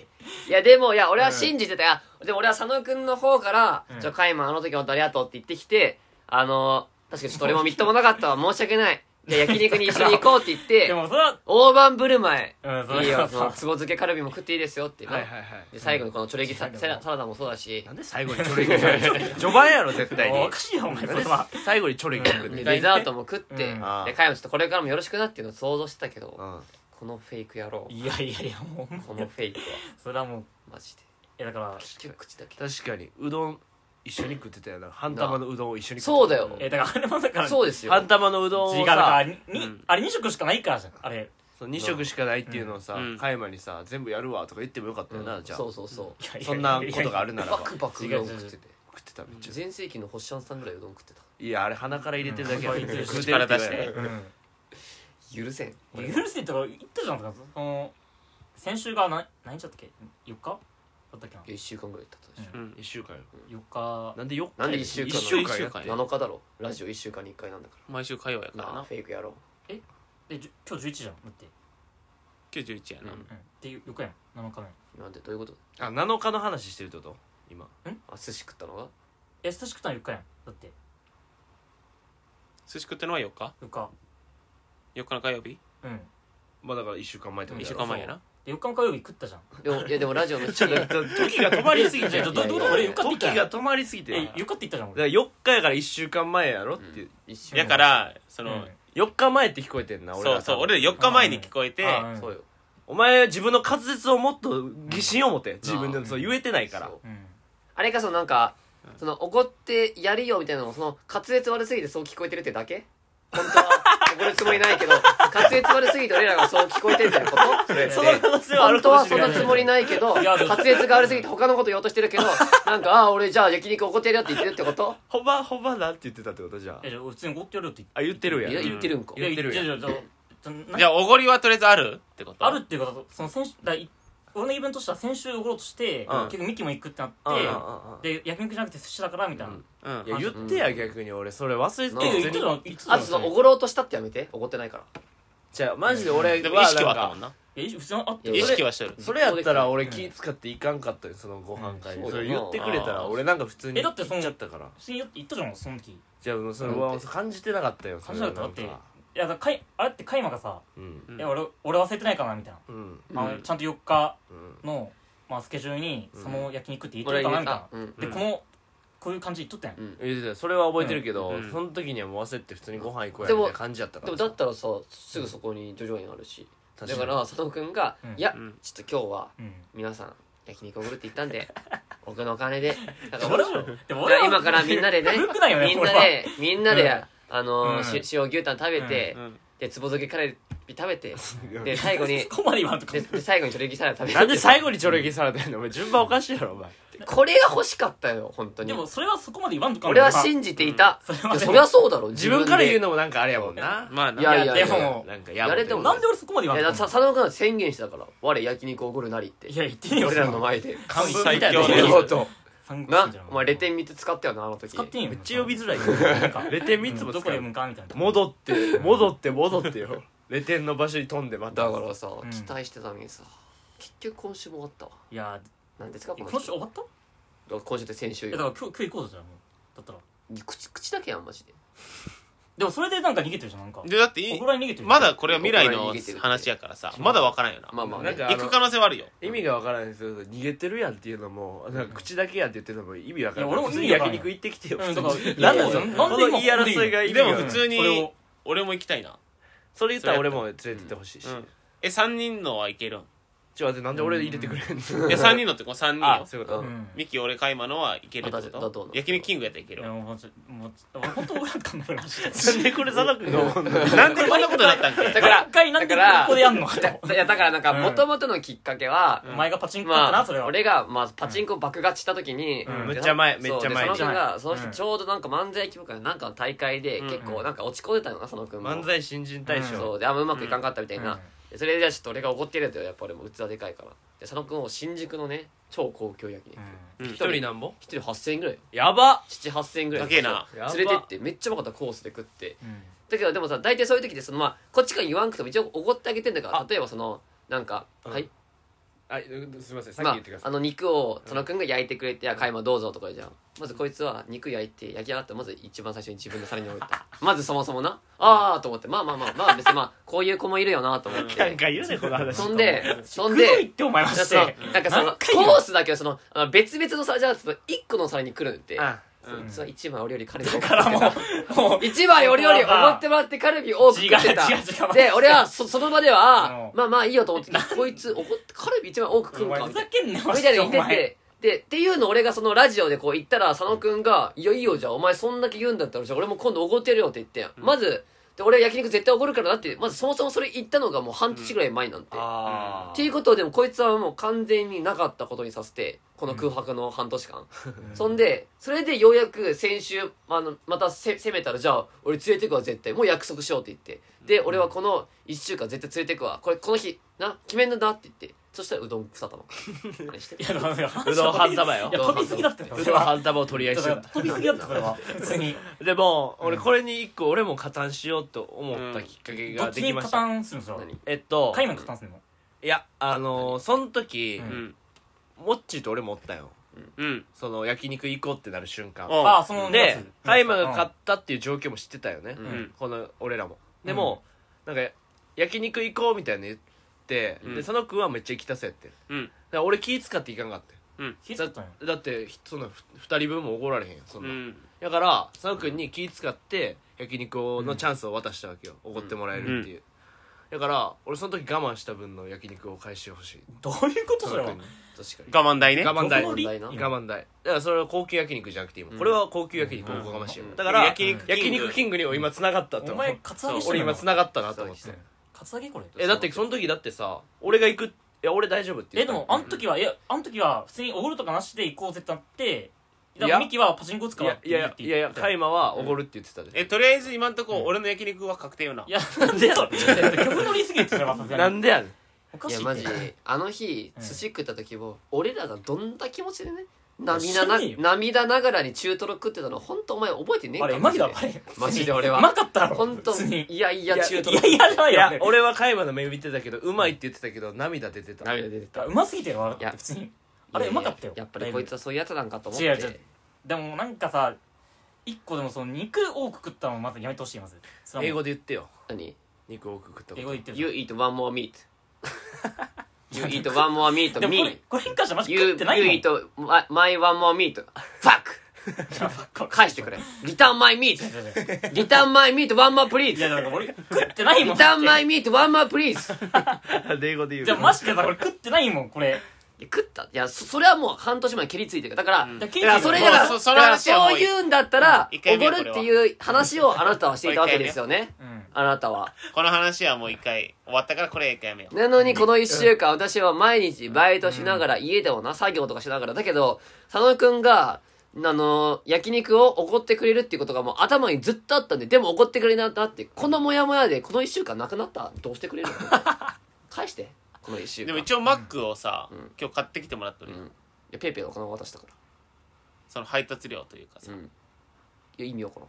Speaker 4: いやでもいや俺は信じてたよ、でも俺は佐野くんの方から
Speaker 3: うん
Speaker 4: 「じゃあカイマンあの時本当ありがとう」って言ってきてあのー確かにちょっと俺もみっともなかっ
Speaker 3: (laughs)
Speaker 4: たわ申し訳ないで焼肉に一緒に行こうって言っ
Speaker 3: で
Speaker 4: て
Speaker 3: もそれは
Speaker 4: 大盤振る舞い
Speaker 3: うんそ
Speaker 4: いい
Speaker 3: れ
Speaker 4: よ
Speaker 3: は
Speaker 4: その
Speaker 3: さ
Speaker 4: つぼ漬けカルビも食っていいですよっていうな
Speaker 2: はいはいはい
Speaker 4: で最後にこのチョレギサ,、
Speaker 3: うん
Speaker 4: サラサラダもそうだし
Speaker 2: なんで最後にチョレギ食うの (laughs) 序盤やろ絶対
Speaker 3: お
Speaker 2: に
Speaker 3: かしいよお前そ
Speaker 2: なん
Speaker 3: れ
Speaker 2: で
Speaker 3: は
Speaker 2: 最後にチョレギ食う
Speaker 4: で
Speaker 2: ね
Speaker 4: デザートも食って、
Speaker 3: うん
Speaker 2: ああ
Speaker 4: でカイマンちょっとこれからもよろしくなっていうのを想像してたけど、
Speaker 2: うん
Speaker 4: このフェイク野郎
Speaker 3: いやいやいやもう
Speaker 4: このフェイクは
Speaker 3: それはもう
Speaker 4: マジで
Speaker 3: いやだから
Speaker 4: 結局口だけ
Speaker 2: 確かにうどん一緒に食ってたよな半玉のうどんを一緒に食
Speaker 4: そう
Speaker 2: って
Speaker 4: だ
Speaker 2: た
Speaker 4: よ
Speaker 3: えだからあれもだから
Speaker 4: そうですよ
Speaker 2: 半玉のうどん
Speaker 3: 違
Speaker 2: を
Speaker 3: うだから
Speaker 2: さ
Speaker 3: に
Speaker 1: う
Speaker 3: に
Speaker 1: ん
Speaker 3: あれ2色しかないからじゃんあれ
Speaker 2: その2食しかないっていうのをさ
Speaker 1: うん
Speaker 2: 加山にさ全部やるわとか言ってもよかったよなじゃあ
Speaker 4: そうそうそう
Speaker 3: いやいやいや
Speaker 2: そんなことがあるなら
Speaker 4: バ
Speaker 2: ば
Speaker 4: ク
Speaker 2: 食
Speaker 4: バクうどん食ってて
Speaker 2: ってためっちゃ
Speaker 4: 全盛期の星シャンさんぐらいうどん食ってた
Speaker 2: いやあれ鼻から入れてるだけや
Speaker 3: うん
Speaker 2: 食うてる
Speaker 1: 力
Speaker 2: って
Speaker 1: 出
Speaker 2: 言
Speaker 1: し
Speaker 2: わない
Speaker 1: て
Speaker 3: うん
Speaker 4: 許せん
Speaker 3: 許せとか言ったじゃんとかその先週が何何日だったっけ4日だったっけな
Speaker 4: 1週間ぐらい経ったでし
Speaker 1: う
Speaker 4: ょ
Speaker 1: ん
Speaker 2: 1週間よ
Speaker 3: 4日
Speaker 2: なんでよ
Speaker 4: なんで1週間
Speaker 2: 一
Speaker 4: なの
Speaker 2: 週間やっ
Speaker 1: 一週間
Speaker 2: て
Speaker 1: や
Speaker 4: 7日だろラジオ1週間に1回なんだか
Speaker 1: 毎週火曜やからら
Speaker 4: なあ
Speaker 1: な
Speaker 4: フェイクやろう
Speaker 3: でじゅ今日11じゃんだって
Speaker 1: 91やな
Speaker 4: うん
Speaker 3: うんっていう4日やん7日目
Speaker 4: なんでどういうこと
Speaker 2: あ7日の話してるってこと今
Speaker 4: あ寿司食ったのが
Speaker 3: え親しくたの4日やんだって
Speaker 1: 寿司食ってのは4日
Speaker 3: 4日
Speaker 1: 4日の火曜日
Speaker 3: うん
Speaker 2: まあだから1週間前ってことや
Speaker 1: 1週
Speaker 2: ろ
Speaker 1: 間前やな
Speaker 3: で4日の火曜日食ったじゃん
Speaker 4: で (laughs) もいやでもラジオのちょっと
Speaker 2: 時が止まりすぎ
Speaker 3: い
Speaker 2: ちゃ
Speaker 3: や
Speaker 2: う
Speaker 3: い
Speaker 2: ち
Speaker 3: や
Speaker 2: ょっ
Speaker 3: ど
Speaker 2: とどう
Speaker 3: うどう
Speaker 2: どう
Speaker 3: 俺4日って言
Speaker 2: 時
Speaker 3: ったやん
Speaker 2: が止まりすぎて
Speaker 3: え
Speaker 2: だ
Speaker 3: 4日って言ったじゃん
Speaker 2: から
Speaker 3: 俺
Speaker 2: 4日やから1週間前やろって
Speaker 4: 一瞬
Speaker 1: やからそ
Speaker 3: うん
Speaker 1: の
Speaker 2: 4日前って聞こえてんな俺ら
Speaker 1: そうそう俺ら4日前に聞こえて
Speaker 3: ああん
Speaker 4: そうよ
Speaker 2: お前は自分の滑舌をもっと疑心を持て自分でそう言えてないから
Speaker 4: そう
Speaker 3: うん
Speaker 4: あれかそのなんかその怒ってやるよみたいなのもその滑舌悪すぎてそう聞こえてるってだけ本当は怒るつもりないけど滑舌悪すぎて俺らがそう聞こえてるってこと (laughs) それって
Speaker 2: その可能性はあ
Speaker 4: 本
Speaker 2: る
Speaker 4: 当
Speaker 2: かも
Speaker 4: は
Speaker 2: し
Speaker 4: そ
Speaker 2: れ
Speaker 4: ん
Speaker 2: な
Speaker 4: ないつもりないけど
Speaker 3: いやでも
Speaker 4: 滑舌が悪すぎて他のこと言おうとしてる
Speaker 3: (laughs)
Speaker 4: けどなんかああ俺じゃあ焼肉怒ってるよって言ってるってこと
Speaker 2: ほばほばなんて言ってたってことじゃあ
Speaker 3: えじゃあ普通に怒ってやるよって
Speaker 2: あ言ってるやん
Speaker 4: いや言ってるんか
Speaker 3: いや
Speaker 2: 言ってるやん
Speaker 3: じゃあじゃあじゃあ
Speaker 1: じゃあおごりはとりあえずあるってこと
Speaker 3: あるっていうかその先週だい俺の言い分としては先週おごろうとして、
Speaker 2: うん
Speaker 3: 結局ミキも行くってなっ
Speaker 2: うんうんうん
Speaker 3: て、で焼肉じゃなくて寿司だからみたいな、
Speaker 2: うん
Speaker 1: うん
Speaker 2: いや言ってや逆に俺それ忘れて
Speaker 4: うん
Speaker 3: え
Speaker 2: た
Speaker 3: 言ってたの言ってた
Speaker 4: あ
Speaker 3: の
Speaker 4: とそのおごろうとしたってやめて怒ってないから
Speaker 2: じゃあマジで俺
Speaker 1: でも意識は
Speaker 2: な
Speaker 1: あ
Speaker 2: ん
Speaker 1: ったも
Speaker 2: か
Speaker 1: んない
Speaker 3: や普通にあって
Speaker 4: い
Speaker 1: 意
Speaker 4: や
Speaker 1: 識はしてる
Speaker 2: それやったら俺気使っていかんかったよそのご飯会
Speaker 4: う
Speaker 2: に
Speaker 4: ん
Speaker 2: それ言ってくれたら俺なんか普通に
Speaker 3: えだってそ
Speaker 2: 行
Speaker 3: の
Speaker 2: っちゃったから
Speaker 3: 普通に言ったじゃんその時い
Speaker 2: じゃあもうそれ
Speaker 4: うん
Speaker 2: は感じてなかったよそれは
Speaker 3: 感じなか
Speaker 2: んか
Speaker 3: やだからかいあれってカイマがさ、
Speaker 2: うん
Speaker 1: うん
Speaker 3: いや俺俺忘れてないかなみたいな、
Speaker 2: うん
Speaker 4: うん
Speaker 3: あのちゃんと4日
Speaker 2: うん
Speaker 3: の、まあ、スケジュールに
Speaker 2: うん
Speaker 3: その焼肉って言っ
Speaker 4: こ
Speaker 3: てる
Speaker 4: れ
Speaker 3: かなみたい
Speaker 4: あ
Speaker 3: な、
Speaker 4: うん
Speaker 1: うん
Speaker 3: でこのこういう感じで言っとったやん、
Speaker 4: うん
Speaker 2: 言ってたよそれは覚えてるけど、
Speaker 1: うん
Speaker 2: その時にはもう忘れて普通にご飯行こうやみたいな感じやったか
Speaker 4: で
Speaker 2: ら
Speaker 4: もだったらさすぐそこに叙々苑あるしだ
Speaker 2: 確
Speaker 4: か
Speaker 2: から (laughs)
Speaker 4: 佐藤君が
Speaker 3: うん
Speaker 4: 「いや
Speaker 1: うん
Speaker 4: ちょっと今日は
Speaker 3: うん
Speaker 4: 皆さん焼肉おごるって言った
Speaker 3: (laughs)
Speaker 4: んで僕のお金でだから
Speaker 3: 俺
Speaker 4: 俺
Speaker 3: は
Speaker 4: じ
Speaker 3: でも俺
Speaker 4: ゃ
Speaker 3: は
Speaker 4: あ今からみんなでね
Speaker 3: 古くないよね
Speaker 4: みん
Speaker 3: 俺
Speaker 4: な
Speaker 3: は
Speaker 4: でみんなで、
Speaker 3: うん
Speaker 4: あのー
Speaker 3: うん
Speaker 4: し塩牛タン食べて、
Speaker 1: うん
Speaker 4: でつぼ漬けカレー食べて
Speaker 2: うん
Speaker 4: で最後に
Speaker 3: (laughs) そこまで言わんとか
Speaker 4: でで最後にチョレギサラダ食べて
Speaker 2: なんで最後にチョレギされてんのお前順番おかしいやろお前
Speaker 4: これが欲しかったよ本当に
Speaker 3: でもそれはそこまで言わんとか
Speaker 4: 俺は信じていた、
Speaker 3: それ
Speaker 4: い
Speaker 3: は
Speaker 4: や
Speaker 3: で
Speaker 4: そ
Speaker 3: も
Speaker 4: りゃそうだろ
Speaker 2: 自分から言う
Speaker 4: の
Speaker 2: のもなんかあれやもんな
Speaker 1: まあない
Speaker 4: やいや
Speaker 3: い
Speaker 4: いや
Speaker 3: やでも
Speaker 2: なんか
Speaker 4: やれても
Speaker 2: な
Speaker 3: なんで俺そこまで言わん
Speaker 4: い
Speaker 3: と
Speaker 4: やだ
Speaker 3: か
Speaker 4: ってさ佐野君は宣言してたから我焼肉おごるなりって
Speaker 3: いや言ってねえよ
Speaker 4: 俺らの前で
Speaker 3: 完璧
Speaker 2: 最強
Speaker 1: いや
Speaker 4: な
Speaker 1: 俺
Speaker 4: る
Speaker 1: ら
Speaker 4: ほど
Speaker 3: 三国
Speaker 4: な
Speaker 3: 志じゃん
Speaker 4: お前レテン3つ使ったよなあの時
Speaker 3: 使ってんよ
Speaker 2: めっちゃ呼びづらい
Speaker 3: なんか
Speaker 2: よレテン3つ
Speaker 3: うん
Speaker 2: も
Speaker 3: どこ
Speaker 2: 使
Speaker 3: で
Speaker 2: う
Speaker 3: 向かうみたいな
Speaker 2: 戻って戻って戻ってよレテンの場所に飛んでまた
Speaker 4: だからさ、
Speaker 3: ん
Speaker 4: 期待してたのにさ結局今週も終わったわ
Speaker 3: いや
Speaker 4: 何ですかこの
Speaker 3: 今週終わったい
Speaker 4: 人今週って先週
Speaker 3: やだから今日今日行こうぜじゃんもうだったら
Speaker 4: 口口だけやんマジで
Speaker 3: でもそれでなんか逃げてるじゃんなんか
Speaker 1: でだってい
Speaker 3: ここらに逃げてる
Speaker 1: まだこれは未来の話やからさまだ分からんよな
Speaker 4: まあまあ
Speaker 2: な
Speaker 4: ね
Speaker 2: んか
Speaker 1: 行く可能性はあるよ
Speaker 2: 意味がわからないですけど逃げてるやんっていうのもなんか口だけやんって言ってるのも意味わからない
Speaker 3: いや俺も
Speaker 2: 普通に
Speaker 3: 意味わか
Speaker 2: 焼
Speaker 3: らん
Speaker 2: 肉
Speaker 3: よ
Speaker 2: 行ってきてよ
Speaker 3: うん
Speaker 2: 普通に
Speaker 3: だ
Speaker 2: な
Speaker 3: か
Speaker 2: んだよ
Speaker 3: らいや
Speaker 2: こ
Speaker 3: なん
Speaker 2: の
Speaker 3: で今
Speaker 2: 言い争いが意味
Speaker 1: でも
Speaker 2: わかん
Speaker 1: 普
Speaker 2: ない
Speaker 1: 通
Speaker 3: それを
Speaker 1: に俺も行きたいな
Speaker 2: それ言ったら俺も連れてってほしいし
Speaker 1: うんえ三3人のは行けるん
Speaker 2: ちょ待ってなんで俺入れてくれんの
Speaker 1: いや3人のってこう3人
Speaker 2: あ
Speaker 1: よ
Speaker 2: そういうこと、
Speaker 4: う
Speaker 3: うん
Speaker 1: ミキ俺カイマのはいけるって
Speaker 4: 私だ
Speaker 1: こ
Speaker 4: と思
Speaker 1: と
Speaker 4: う
Speaker 1: 焼肉キングやったらいけ
Speaker 3: い
Speaker 1: る
Speaker 3: や
Speaker 1: わ
Speaker 3: もうちょもう俺本当おらんかんなくなり
Speaker 1: (laughs)
Speaker 3: ました
Speaker 2: なんでこれ佐野君が思うんだ
Speaker 1: なんでこんなことになったんかい
Speaker 4: だから
Speaker 3: (laughs) 一回なんでここでやんの
Speaker 4: だいやだからなんか
Speaker 3: うん
Speaker 4: 元々のきっかけは、
Speaker 3: お前がパチンコだった
Speaker 4: ま
Speaker 3: なそれ
Speaker 4: あ
Speaker 3: は
Speaker 4: 俺がまあパチンコ爆勝ちした時に
Speaker 3: うん
Speaker 2: めっちゃ前めっちゃ前
Speaker 4: そうで佐野君がその
Speaker 3: う
Speaker 4: 人
Speaker 3: ん
Speaker 4: ちょうどなんか漫才規模かなんかの大会で
Speaker 1: うん
Speaker 4: 結構なんか落ち込んでたのな佐野君も
Speaker 2: 漫才新人大賞、
Speaker 3: うん
Speaker 4: そうであんまうまくいかんかったみたいな、
Speaker 3: うん
Speaker 4: でそれでじゃあちょっと俺が怒ってるやつよやっぱ俺も器でかいからで佐野君を新宿のね超高級焼き
Speaker 3: う
Speaker 1: う
Speaker 3: ん
Speaker 4: 肉
Speaker 1: ん
Speaker 2: 一人なんぼ
Speaker 4: 一人8000円ぐらい
Speaker 2: やば
Speaker 4: 78000円ぐらい
Speaker 1: 高えな
Speaker 4: そう連れてってめっちゃうまかったコースで食って
Speaker 3: うん
Speaker 4: だけどでもさ大体そういう時ってそのまあこっちから言わんくても一応おごってあげてんだから
Speaker 2: あ
Speaker 4: 例えばそのなんか、
Speaker 2: うん
Speaker 4: はい
Speaker 2: あすいませんさっき
Speaker 4: ま
Speaker 2: 言
Speaker 4: あ
Speaker 2: ってくだ、さ
Speaker 4: あ
Speaker 2: い、
Speaker 4: の肉を佐野君が焼いてくれて「あ買い物どうぞ」とか言うじゃんまずこいつは肉焼いて焼き上がったらまず一番最初に自分の皿に置いたまずそもそもなああと思ってまあまあまあまあ別にまあこういう子もいるよなと思っ
Speaker 2: なん
Speaker 4: て
Speaker 2: か言うねこの話
Speaker 4: そんで (laughs) そん
Speaker 3: 黒いっ
Speaker 4: で
Speaker 3: てお前まし
Speaker 4: その
Speaker 3: て
Speaker 4: なんかその
Speaker 3: 何回言う
Speaker 4: コースだけはそのあの別々の皿じゃなくて1個の皿に来るんって
Speaker 2: あ
Speaker 1: うん
Speaker 4: そいつは1枚俺より彼が多く
Speaker 3: だからもうもう
Speaker 4: 一枚俺より思ってもらってカルビ多く食ってた
Speaker 3: 違う違う違う
Speaker 4: で俺はそその場では
Speaker 3: うん
Speaker 4: まあまあいいよと思ってこいつ怒ってカルビ一枚多く食
Speaker 3: お
Speaker 4: う
Speaker 3: 前
Speaker 4: か
Speaker 3: ふ
Speaker 4: みた
Speaker 3: ざ
Speaker 4: い
Speaker 3: けんなよマ
Speaker 4: なみ
Speaker 3: ジ
Speaker 4: たい
Speaker 3: で
Speaker 4: な
Speaker 3: お
Speaker 4: 言って
Speaker 3: 前
Speaker 4: てでっていうのを俺がそのラジオでこう言ったら佐野くんが「いやいいよじゃあお前そんだけ言うんだったらじゃあ俺も今度おごってやるよ」って言ってんまずで俺焼肉絶対おごるからだってまずそもそもそれ言ったのがもう半年ぐらい前なんて
Speaker 2: あー
Speaker 4: っていうことをでもこいつはもう完全になかったことにさせてこの空白の半年間、そんでそれでようやく先週あのまたせ攻めたらじゃあ俺連れてくわ絶対もう約束しようって言ってで俺はこの1週間絶対連れてくわこれこの日な決めんのだって言ってそしたらうどん草玉あれして
Speaker 3: いやだから
Speaker 2: うどん半玉よ
Speaker 3: いや飛びすぎだったよ
Speaker 2: う
Speaker 3: それ
Speaker 2: どん
Speaker 3: は
Speaker 2: 半玉を取り合いして
Speaker 3: だから
Speaker 2: た
Speaker 3: 飛びすぎだったそれは普通に
Speaker 2: でも俺これに一個俺も加担しようと思ったきっかけ
Speaker 3: ど
Speaker 2: が
Speaker 3: っ
Speaker 2: で
Speaker 3: ち
Speaker 2: き
Speaker 3: に
Speaker 2: ま
Speaker 3: 加
Speaker 2: した、
Speaker 3: 担するんですよ
Speaker 4: 何
Speaker 2: えっと
Speaker 3: カイマン加担するの
Speaker 2: いやあのー、その時、
Speaker 3: うん
Speaker 1: うん
Speaker 2: モッチーと俺もおったよ
Speaker 1: うん
Speaker 2: その焼肉行こうってなる瞬間
Speaker 1: うん
Speaker 3: ああそのや
Speaker 2: で
Speaker 3: つ
Speaker 2: カイマが買ったっていう状況も知ってたよね、
Speaker 4: うん
Speaker 2: この俺らもでも、なんか焼肉行こうみたいなの言って、
Speaker 1: うん
Speaker 2: で佐野君はめっちゃ行きたそうやってだか
Speaker 1: うん
Speaker 2: ら俺気使っていかんかって
Speaker 3: 気づったんよ
Speaker 2: だってひそのふ二人分もおごられへんやんそん
Speaker 1: う
Speaker 2: な、
Speaker 1: ん
Speaker 2: だから佐野君に気使って焼肉のチャンスを渡したわけよおご、ってもらえるっていう、だから俺その時我慢した分の焼肉を返してほしい
Speaker 3: どういうことそ
Speaker 2: 佐
Speaker 3: れ
Speaker 2: 野君
Speaker 3: は
Speaker 2: に確か
Speaker 1: 我慢代ね
Speaker 2: に我慢代
Speaker 3: そこの理
Speaker 4: 我慢
Speaker 2: 我慢代だからそれは高級焼肉じゃなくて今、
Speaker 4: うん
Speaker 2: これは高級焼肉おこがましいよ、
Speaker 4: うん
Speaker 2: だから
Speaker 1: 焼肉キング
Speaker 2: 焼肉キングに今繋がったと
Speaker 3: お前カツアゲして
Speaker 2: 俺
Speaker 3: るの
Speaker 2: 今繋がったなと思っ
Speaker 4: そ
Speaker 2: て
Speaker 4: う
Speaker 3: カツアゲこれ
Speaker 2: えだってその時だってさ俺が行くいや俺大丈夫って言
Speaker 3: え
Speaker 2: っ
Speaker 3: で
Speaker 2: た
Speaker 3: もあの時はいやあの時は普通におごるとかなしで行こうぜってなってだ
Speaker 2: い
Speaker 3: か
Speaker 2: や
Speaker 3: らミキはパチンコ打つ
Speaker 2: い
Speaker 3: から
Speaker 2: や
Speaker 3: って
Speaker 2: い
Speaker 3: 言
Speaker 2: や
Speaker 3: っ
Speaker 2: いやいやカイマはおごるって言ってた
Speaker 1: え
Speaker 2: で、
Speaker 1: とりあえず今んとこ俺の焼肉は確定よない
Speaker 3: やなんでそれ曲乗りすぎてそれはさす
Speaker 2: な
Speaker 3: がに
Speaker 2: んでやねん
Speaker 3: おか
Speaker 4: い
Speaker 3: しいっ
Speaker 4: や
Speaker 3: て
Speaker 4: マジあの日
Speaker 3: うん
Speaker 4: 寿司食った時も俺らがどんな気持ちでね涙
Speaker 3: 知ら
Speaker 4: な
Speaker 3: ねえよ
Speaker 4: 涙ながらに中トロ食ってたの本当お前覚えてねえ
Speaker 3: あ
Speaker 4: か
Speaker 3: れうまいだろ
Speaker 4: マ
Speaker 3: あ
Speaker 4: ジ
Speaker 3: れ
Speaker 4: マジで俺は
Speaker 3: うまかったろ
Speaker 4: 本当
Speaker 3: 普通に
Speaker 4: いやいや中ト
Speaker 3: い
Speaker 4: ロ
Speaker 3: やいやない
Speaker 2: い
Speaker 3: よ
Speaker 2: や
Speaker 3: あれ
Speaker 2: 俺はカイマの目見てたけどうまいって言ってたけど涙出てた
Speaker 4: 涙出てた
Speaker 3: うますぎてよあ
Speaker 4: い
Speaker 3: れ
Speaker 4: や
Speaker 3: 普通にあれうまかったよ
Speaker 4: やっぱりこいつはそういうやつなんかと思って
Speaker 3: 違う違うでもなんかさ一個でもその肉多く食ったのまずやめてほしいまずそれ
Speaker 2: 英
Speaker 3: はもう
Speaker 2: 語で言ってよ
Speaker 4: 何
Speaker 2: 肉多く食ったこ
Speaker 3: 英
Speaker 2: と
Speaker 3: 語で言ってる
Speaker 4: ?You eat one
Speaker 3: (laughs)
Speaker 4: more meat You eat one more meat
Speaker 3: でもこれ
Speaker 4: me
Speaker 3: これに関してはマジ
Speaker 4: You,
Speaker 3: 食
Speaker 4: you
Speaker 3: ってないもん
Speaker 4: eat my, my one more meat
Speaker 3: (laughs)
Speaker 4: Fuck 返してくれ Return my meat
Speaker 3: いやいやいや
Speaker 4: Return my meat one more
Speaker 3: いや
Speaker 4: please
Speaker 3: だから俺食ってないもん
Speaker 4: Return my meat one more please
Speaker 2: 英語で言う
Speaker 3: じゃあマジでさこれ食ってないもんこれ
Speaker 4: いや食ったいやそそれはもう半年前に蹴りついてるだから、
Speaker 1: ん
Speaker 4: だ
Speaker 3: だ
Speaker 4: か
Speaker 3: から
Speaker 4: らそれだから
Speaker 1: もうそそ
Speaker 4: だ
Speaker 1: の
Speaker 4: から
Speaker 1: 話はもう
Speaker 4: そういうんだったら
Speaker 1: うん一
Speaker 4: お
Speaker 1: 回目
Speaker 4: ご
Speaker 1: よ
Speaker 4: るっていう話をあなたはしていたわけですよね
Speaker 3: うん
Speaker 4: あなたは
Speaker 1: この話はもう一回終わったからこれ一回やめよう
Speaker 4: なのにこの1週間私は毎日バイトしながら家でもな作業とかしながらだけど佐野くんがあの焼肉をおごってくれるっていうことがもう頭にずっとあったんででもおごってくれなかったってこのモヤモヤでこの1週間なくなったどうしてくれるの (laughs) 返してこの1週
Speaker 1: でも
Speaker 4: 間い
Speaker 1: 一応マックをさ、
Speaker 4: ん
Speaker 1: 今日買ってきてもらってる、
Speaker 4: うんやペイペイのお金を渡したか
Speaker 1: その配達料というかさ、
Speaker 4: らうんいや意味わか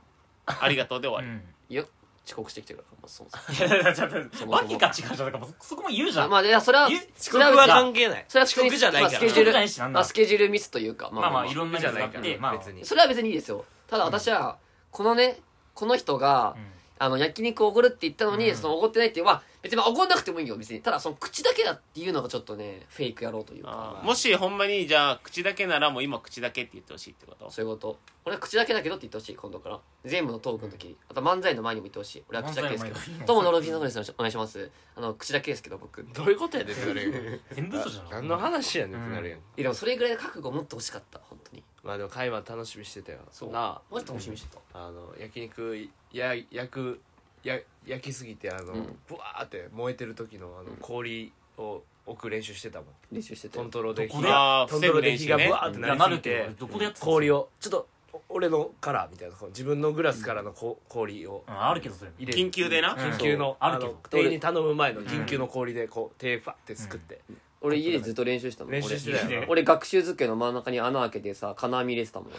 Speaker 4: らん
Speaker 1: ありがとうで終わ
Speaker 3: う
Speaker 1: り、
Speaker 3: ん
Speaker 4: いや遅刻してきてるから、まあ、そうそう
Speaker 3: いやいやいやちょっとわけが違うじゃんだからそそこも言うじゃ
Speaker 4: (laughs) あ
Speaker 3: ん
Speaker 4: まあいやそれは
Speaker 3: ゆ
Speaker 2: 遅刻は
Speaker 4: それは
Speaker 2: 関係ない
Speaker 4: それは
Speaker 2: 遅刻じゃない
Speaker 4: ま
Speaker 2: か
Speaker 4: あス
Speaker 2: ら
Speaker 4: ケ
Speaker 3: 遅
Speaker 4: ジュ
Speaker 3: 刻
Speaker 4: ー
Speaker 3: じ
Speaker 4: ル
Speaker 3: ゃないしなん
Speaker 4: ま
Speaker 3: だ
Speaker 4: あスケジュールミスというか
Speaker 3: まあまあいろんなやつがあっ
Speaker 2: 遅刻じ
Speaker 3: て
Speaker 2: ゃないから
Speaker 3: まあ
Speaker 2: 別に
Speaker 4: それは別にいいですよただ私はこのねこの人が
Speaker 3: うん
Speaker 4: あの、焼肉おごるって言ったのに、
Speaker 3: うん
Speaker 4: そのおごってないっていうのは、別にまあおごんなくてもいいよ、別に。ただ、その口だけだっていうのがちょっとね、フェイクやろうというか。
Speaker 1: あーもしほんまにじゃあ口だけならもう今口だけって言ってほしいってこと
Speaker 4: そういうこと。俺は口だけだけどって言ってほしい、今度から。全部のトークの時に。あと漫才の前にも言ってほしい。俺は口だけですけど
Speaker 3: 漫才の前に。
Speaker 4: どうも、ノロフィンのです。お願いします。あの、口だけですけど、僕。い
Speaker 2: どういうことやねんってなるやん
Speaker 3: 全部嘘じゃん
Speaker 2: 何の話やねんってなるやん、
Speaker 4: や、でもそれぐらいの覚悟を持ってほしかった、本当に。
Speaker 2: まあでも会話楽しみしてたよ
Speaker 4: そう。
Speaker 2: なあ
Speaker 4: マジ楽しみにしてた。
Speaker 2: あの焼肉いや焼くや焼きすぎてあの、
Speaker 4: うん
Speaker 2: ブワーって燃えてる時のあの氷を置く練習してたもん
Speaker 4: 練習してた
Speaker 2: ト
Speaker 4: よ
Speaker 2: ン。トロで
Speaker 3: ど
Speaker 2: 火
Speaker 3: こで
Speaker 2: が
Speaker 1: あー
Speaker 2: トントロで火が
Speaker 1: 防ぐ練習ね
Speaker 2: ブワーってなりすぎ
Speaker 3: い
Speaker 2: て
Speaker 3: やなるってどこでやってたの
Speaker 2: 氷をちょっとお俺のカラーみたいなこう自分のグラスからのこ氷を
Speaker 3: うんあるけどそれ
Speaker 2: 入れる
Speaker 1: 緊急でな、
Speaker 3: うん
Speaker 2: 緊急の
Speaker 3: うん
Speaker 2: あ
Speaker 3: あるけ
Speaker 2: の
Speaker 3: ど
Speaker 2: 店員に頼む前の緊急の氷でこう手ファってすくって
Speaker 4: 俺家でずっと練習したの。
Speaker 2: 練習してたよな
Speaker 4: 俺俺学習机の真ん中に穴開けてさ、金網入れてたもん。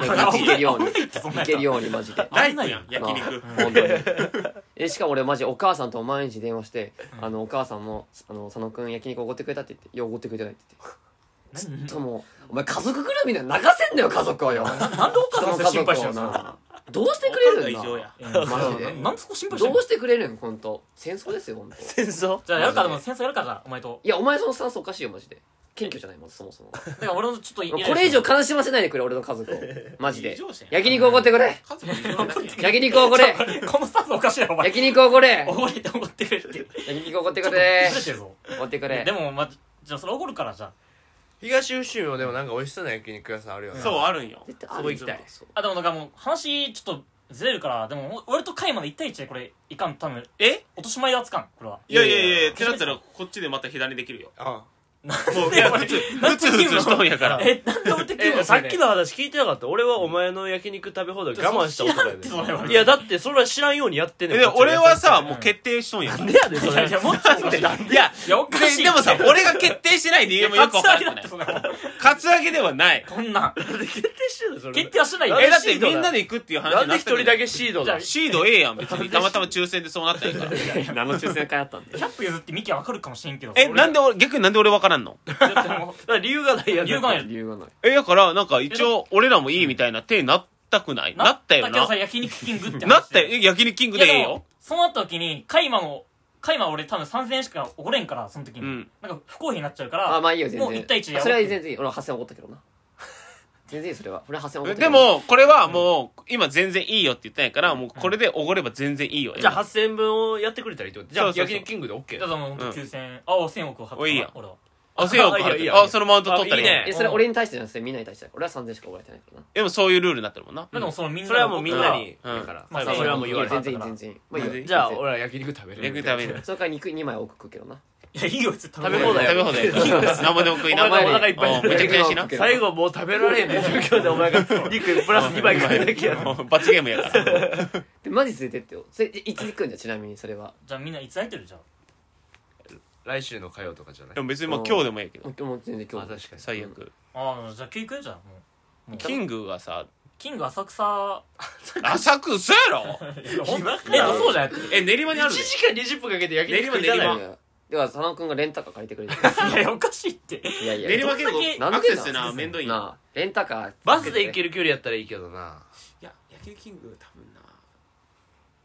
Speaker 4: 俺 (laughs) いけるように。い
Speaker 3: そんなやつ
Speaker 4: けるように、マジで。
Speaker 1: 大工やん焼肉
Speaker 4: まあ本当にえしかも俺マジお母さんと毎日電話して、あのお母さんも「あの佐野くん焼肉おごってくれた」って言って「いやおごってくれてない」って言ってずっともう「お前家族ぐるみで流せんだよ家族はよ」
Speaker 3: なんでお母さ
Speaker 4: 人
Speaker 3: ん
Speaker 4: の
Speaker 3: それ
Speaker 4: 家
Speaker 3: 心配して
Speaker 4: 族
Speaker 3: るん
Speaker 4: を
Speaker 3: ですか
Speaker 4: などうしてくれ
Speaker 1: お
Speaker 4: るん
Speaker 1: かんが異常や
Speaker 4: だ
Speaker 3: マ
Speaker 4: マジで
Speaker 3: なんそこ心配して
Speaker 4: ど
Speaker 3: る
Speaker 4: うしてくれるん本当戦争ですよ本当い
Speaker 2: 戦争
Speaker 3: じゃあやるからでも戦争やるからお前と
Speaker 4: やお前そのスタンスおかしいよマジで謙虚じゃないもんそもそも
Speaker 3: だから俺もちょっとイライラして
Speaker 4: これ以上悲しませないでくれ俺の家族をマジで焼肉おごってくれ
Speaker 1: 家族異常なんや
Speaker 4: (laughs) 焼肉おごれ
Speaker 3: このスタンスおかしいなお前
Speaker 4: 焼肉おごれ
Speaker 3: おごれっておごってくれって
Speaker 4: 焼肉おごってくれ
Speaker 3: ずれてるぞ
Speaker 4: おごってくれ
Speaker 3: でもまじゃあそれおごるからじゃあ
Speaker 2: 東吉見もでもなんか美味しそうな焼肉屋さんあるよね
Speaker 1: そうあるんよ
Speaker 4: 絶対
Speaker 2: そこ行きたい
Speaker 4: そう
Speaker 3: あでもなんかもう話ちょっとずれるからでもお俺とカイマの1対1でこれいかん多分
Speaker 1: え
Speaker 3: 落とし前で扱かんこれはい
Speaker 1: やいやいやいやってなったらこっちでまた左にできるよ
Speaker 2: あ
Speaker 1: もういや普通普通普通しとんやから
Speaker 3: えなんで俺的に
Speaker 2: え
Speaker 3: も
Speaker 2: さっきの話聞いてなかった俺はお前の焼肉食べ放題我慢した男や
Speaker 3: 知らんってそれは
Speaker 2: でいやだってそれは知らんようにやってんね
Speaker 1: え
Speaker 2: ん
Speaker 1: でも俺はさ
Speaker 3: うん
Speaker 1: もう決定しとんやん
Speaker 2: なんでやねんそ
Speaker 3: いや
Speaker 2: れ
Speaker 3: いやもっとおかしい
Speaker 1: いや
Speaker 3: いやおかしい
Speaker 1: ででもさ俺が決定してない理由もよく分からなくない
Speaker 3: そんな
Speaker 1: カツアゲではない
Speaker 3: こんなん
Speaker 2: 決定してんのそれ
Speaker 3: 決定はしてないよ
Speaker 2: なん
Speaker 1: え
Speaker 2: で
Speaker 1: だって
Speaker 2: シードだ
Speaker 1: みんなで行くっていう話
Speaker 2: なん
Speaker 1: に
Speaker 2: で
Speaker 1: な
Speaker 2: 一
Speaker 1: ってる
Speaker 2: 人だけシードだ
Speaker 3: じ
Speaker 1: シードええやん別にたまたま抽選でそうなったんやから
Speaker 4: 何の抽選会だったんで
Speaker 3: 100歩譲ってミキは分かるかもしれんけど
Speaker 1: えなんで俺逆になんで俺分からんの
Speaker 3: 俺だってもう
Speaker 2: 理由がないやん
Speaker 3: 理由がない
Speaker 4: 理由がない
Speaker 1: えだからなんか一応俺らもいいみたいな手になったくないなったよ
Speaker 3: だけどさ
Speaker 1: な
Speaker 3: 焼肉キングって話
Speaker 1: なったよえ焼肉キングでええ
Speaker 3: いやで
Speaker 1: よ
Speaker 3: もそうなった時にカイマもカイマは俺多分3000円しかおごれんからその時に、
Speaker 1: うん
Speaker 3: なんか不公平になっちゃうから
Speaker 4: あまあいいよ全然
Speaker 3: もう1対1でやろう
Speaker 4: それは全然いい俺は8000おごったけどな全然いいそれは俺は8000おごったけ
Speaker 1: で
Speaker 4: ど
Speaker 1: もこれはもう今全然いいよって言ったんやからもうこれでおごれば全然いいよ
Speaker 2: じゃあ8000円分をやってくれたらいいってことじゃあ
Speaker 1: そうそうそう
Speaker 2: 焼肉キングで OK
Speaker 3: だからもうほんと9000円、ああ1000億を払った
Speaker 1: おいいや
Speaker 3: 俺は
Speaker 1: あせよ
Speaker 2: あいいよいいよ
Speaker 1: あそのマウント取ったらい
Speaker 2: あ
Speaker 1: い
Speaker 2: いい
Speaker 1: やん
Speaker 2: ね
Speaker 4: えそれ俺に対してじゃなくてみんなに対して俺は3000しかおごられてないけどな
Speaker 1: でもそういうルールになってるもんな
Speaker 3: まあでもそのみんな
Speaker 2: それはもうみんなに
Speaker 1: うん
Speaker 2: だから
Speaker 3: まあ
Speaker 2: まあそれはもう言われ
Speaker 4: いや
Speaker 2: た
Speaker 4: 全然いい全然いいまあいいよ
Speaker 2: じゃあ
Speaker 4: 全然
Speaker 2: 俺は焼肉食べる
Speaker 1: 焼肉食べる
Speaker 4: その代わり肉2枚多く食うけどない
Speaker 3: やいいよ別に食
Speaker 2: 食べ放題
Speaker 1: 食べ放題 (laughs) 何もでも食いな
Speaker 2: お前のお腹いっぱい
Speaker 1: うんめちゃくちゃやしな
Speaker 4: 食べ
Speaker 2: 最後もう食べら (laughs) れへんね状況でお前が肉プラス2枚買えなきゃ (laughs)
Speaker 1: もう罰ゲームやから
Speaker 4: でマジ連れてってよそれいつ行くんだちなみにそれは
Speaker 3: じゃあみんないつ空いてるじゃん
Speaker 2: 来週の火曜とかじゃない
Speaker 1: でも別にもう今日でもええけ
Speaker 4: も
Speaker 1: ど
Speaker 4: うもう全然今
Speaker 2: あ
Speaker 4: 日
Speaker 2: 確かに
Speaker 1: 最悪
Speaker 3: ああじゃあ今日行くじゃんもうもう
Speaker 1: キングがさ
Speaker 3: キング浅草
Speaker 1: 浅く嘘やろ
Speaker 3: えそうじゃん
Speaker 1: え練馬にあ
Speaker 2: 1
Speaker 1: るで
Speaker 2: 時間20分かけて焼肉食い
Speaker 1: 練
Speaker 2: た
Speaker 1: 馬
Speaker 2: ない
Speaker 1: 練
Speaker 2: よ
Speaker 1: 馬
Speaker 4: では佐野くんがレンタカー借りてくれて
Speaker 2: (laughs)
Speaker 3: いやおかしいって
Speaker 4: いやいや
Speaker 1: 練馬結
Speaker 4: な
Speaker 1: 構
Speaker 4: んで
Speaker 1: アクセスなめんどいんよ
Speaker 4: なあレンタカー
Speaker 2: バスで行ける距離やったらいいけどない
Speaker 1: や野球キング多分な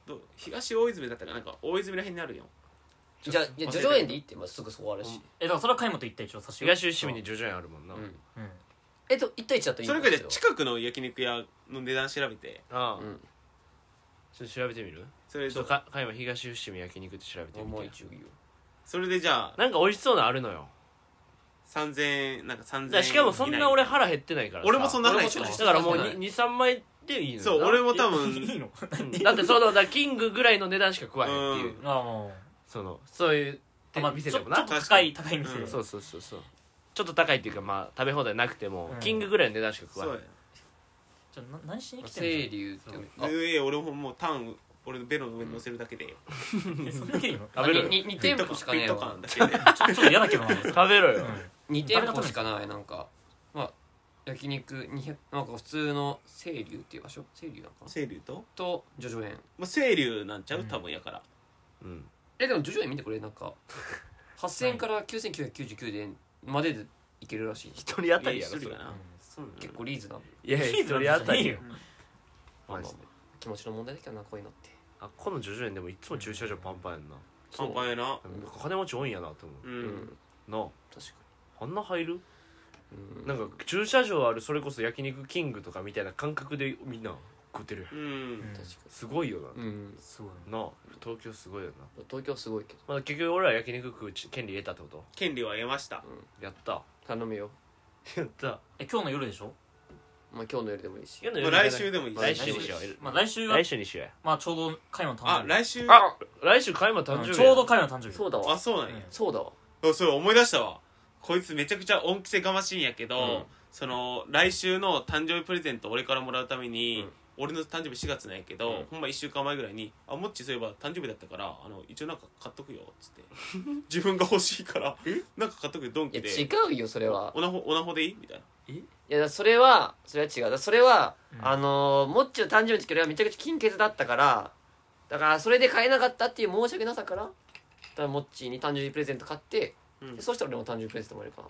Speaker 1: どう東大泉だったらなんか大泉らへんにあるよ
Speaker 4: じゃあいや叙々苑でいいってまあすぐそこあるし
Speaker 3: えだからそれはカイマと行った一応差し
Speaker 2: 東吉見に徐々にあるもんな
Speaker 4: うん
Speaker 3: うん
Speaker 4: えっと1対1だといい
Speaker 1: それくらいで近くの焼肉屋の値段調べて
Speaker 2: ああ
Speaker 4: うん
Speaker 2: ちょっと調べてみる
Speaker 1: それ
Speaker 2: ちょっと
Speaker 1: と
Speaker 2: か加山東伏見焼肉って調べてみ
Speaker 4: 重い
Speaker 2: て
Speaker 4: 中よ
Speaker 1: それでじゃあ
Speaker 2: なんか美味しそうなのあるのよ
Speaker 1: 3000円なんか3000
Speaker 2: だ
Speaker 1: 円
Speaker 2: からしかもそんな俺腹減ってないからさ
Speaker 1: 俺もそんな腹減って
Speaker 4: 俺
Speaker 1: な
Speaker 4: も
Speaker 1: い
Speaker 4: そ
Speaker 2: だからもう23枚でいいのよ
Speaker 1: そう
Speaker 2: な
Speaker 1: 俺も多 (laughs)
Speaker 3: いい
Speaker 1: 分
Speaker 3: の
Speaker 2: (laughs) だってそのだからキングぐらいの値段しか食わへんっていう
Speaker 1: う
Speaker 3: ああも
Speaker 2: そのそういう
Speaker 3: うまあ
Speaker 2: 店
Speaker 3: ち
Speaker 2: で
Speaker 3: ょちょ
Speaker 2: も
Speaker 3: っと
Speaker 2: な
Speaker 3: 高い高い店
Speaker 1: うん
Speaker 2: そうそうそうそうちょっと高いっていうかまあ食べ放題なくても、
Speaker 3: うん
Speaker 2: キングぐらいの値段しか食
Speaker 1: そ
Speaker 2: わないう
Speaker 3: じゃあな何しに来てんの
Speaker 4: 清流って
Speaker 1: やええ俺ももうタン俺のベロの上に乗せるだけで
Speaker 3: えそんだけいいの
Speaker 2: 食べろよ
Speaker 4: 2店舗しかねえ
Speaker 1: ット
Speaker 4: わ
Speaker 1: 感だけ (laughs) で
Speaker 3: ちょっと嫌だけどな
Speaker 2: 食べろよ、
Speaker 4: 2店舗しかないなんかまあ焼肉200なんか普通の清流っていう場所清流なのかな
Speaker 1: 清流と
Speaker 4: と叙々苑
Speaker 1: まあ清流なんちゃ
Speaker 3: う
Speaker 1: うん多分やから
Speaker 2: うん、
Speaker 4: えでも叙々苑見てこれなんか8000円から9999円まででいけるらしい
Speaker 2: 一人当たり
Speaker 1: い
Speaker 2: やろ
Speaker 1: や一
Speaker 2: そ
Speaker 1: 人
Speaker 2: れ
Speaker 1: かな
Speaker 3: そうよ
Speaker 4: 結構リーズナブル
Speaker 2: いや一人当たり
Speaker 3: いいよ
Speaker 4: まあ
Speaker 2: マ
Speaker 4: まあ
Speaker 2: ジで
Speaker 4: 気持ちの問題だけどなこういうのって
Speaker 2: あっこの叙々苑でもいつも駐車場パンパンやんな
Speaker 1: パンパンやな
Speaker 2: なんか金持ち多いんやなと思
Speaker 1: う
Speaker 4: うん
Speaker 1: ん
Speaker 2: うな
Speaker 4: 確か
Speaker 2: ああんな入る
Speaker 4: にうん
Speaker 2: なんか駐車場あるそれこそ焼肉キングとかみたいな感覚でみんな食ってるやん
Speaker 1: う
Speaker 3: うんん
Speaker 4: 確か
Speaker 2: すごいよ
Speaker 4: にうん
Speaker 3: にすごい
Speaker 2: ななあ東京すごいよな、
Speaker 4: 東京すごいけど
Speaker 2: まあ、結局俺ら焼肉食う権利得たってこと
Speaker 1: 権利は得ました
Speaker 2: やった
Speaker 4: 頼むよ
Speaker 2: やった
Speaker 3: え今日の夜でしょ
Speaker 4: まあ今日の夜でもいいし
Speaker 2: や
Speaker 1: もう来週でもいいし
Speaker 2: 来週にしよう
Speaker 3: まあ来週は
Speaker 2: 来週にしようや
Speaker 3: まあちょうど海馬の誕
Speaker 1: あ
Speaker 3: 生日
Speaker 1: 来週
Speaker 2: あ来週開幕誕
Speaker 3: う
Speaker 2: 生日
Speaker 3: ん
Speaker 2: や
Speaker 3: ちょうど海馬の誕生日
Speaker 4: そうだわ
Speaker 1: あそうなんや
Speaker 4: そうだわ
Speaker 1: そうそう思い出したわこいつめちゃくちゃ恩着せがましいんやけど、
Speaker 2: うん
Speaker 1: その来週の誕生日プレゼント俺からもらうために、
Speaker 2: うん
Speaker 1: 俺の誕生日4月なんやけど、
Speaker 2: うん
Speaker 1: ほんま1週間前ぐらいに「あもっちそういえば誕生日だったからあの一応なんか買っとくよ」っつって (laughs) 自分が欲しいからなんか買っとくよドン
Speaker 4: いや
Speaker 1: キで
Speaker 4: 違うよそれは
Speaker 1: おなほおなほでいい?」みたいない
Speaker 4: やそれはそれは違うだからそれは、
Speaker 3: うん
Speaker 4: あのーもっちの誕生日の時俺はめちゃくちゃ金欠だったからだからそれで買えなかったっていう申し訳なさからだからもっちに誕生日プレゼント買って、
Speaker 1: うん
Speaker 4: でそうしたら俺も誕生日プレゼントもらえるかな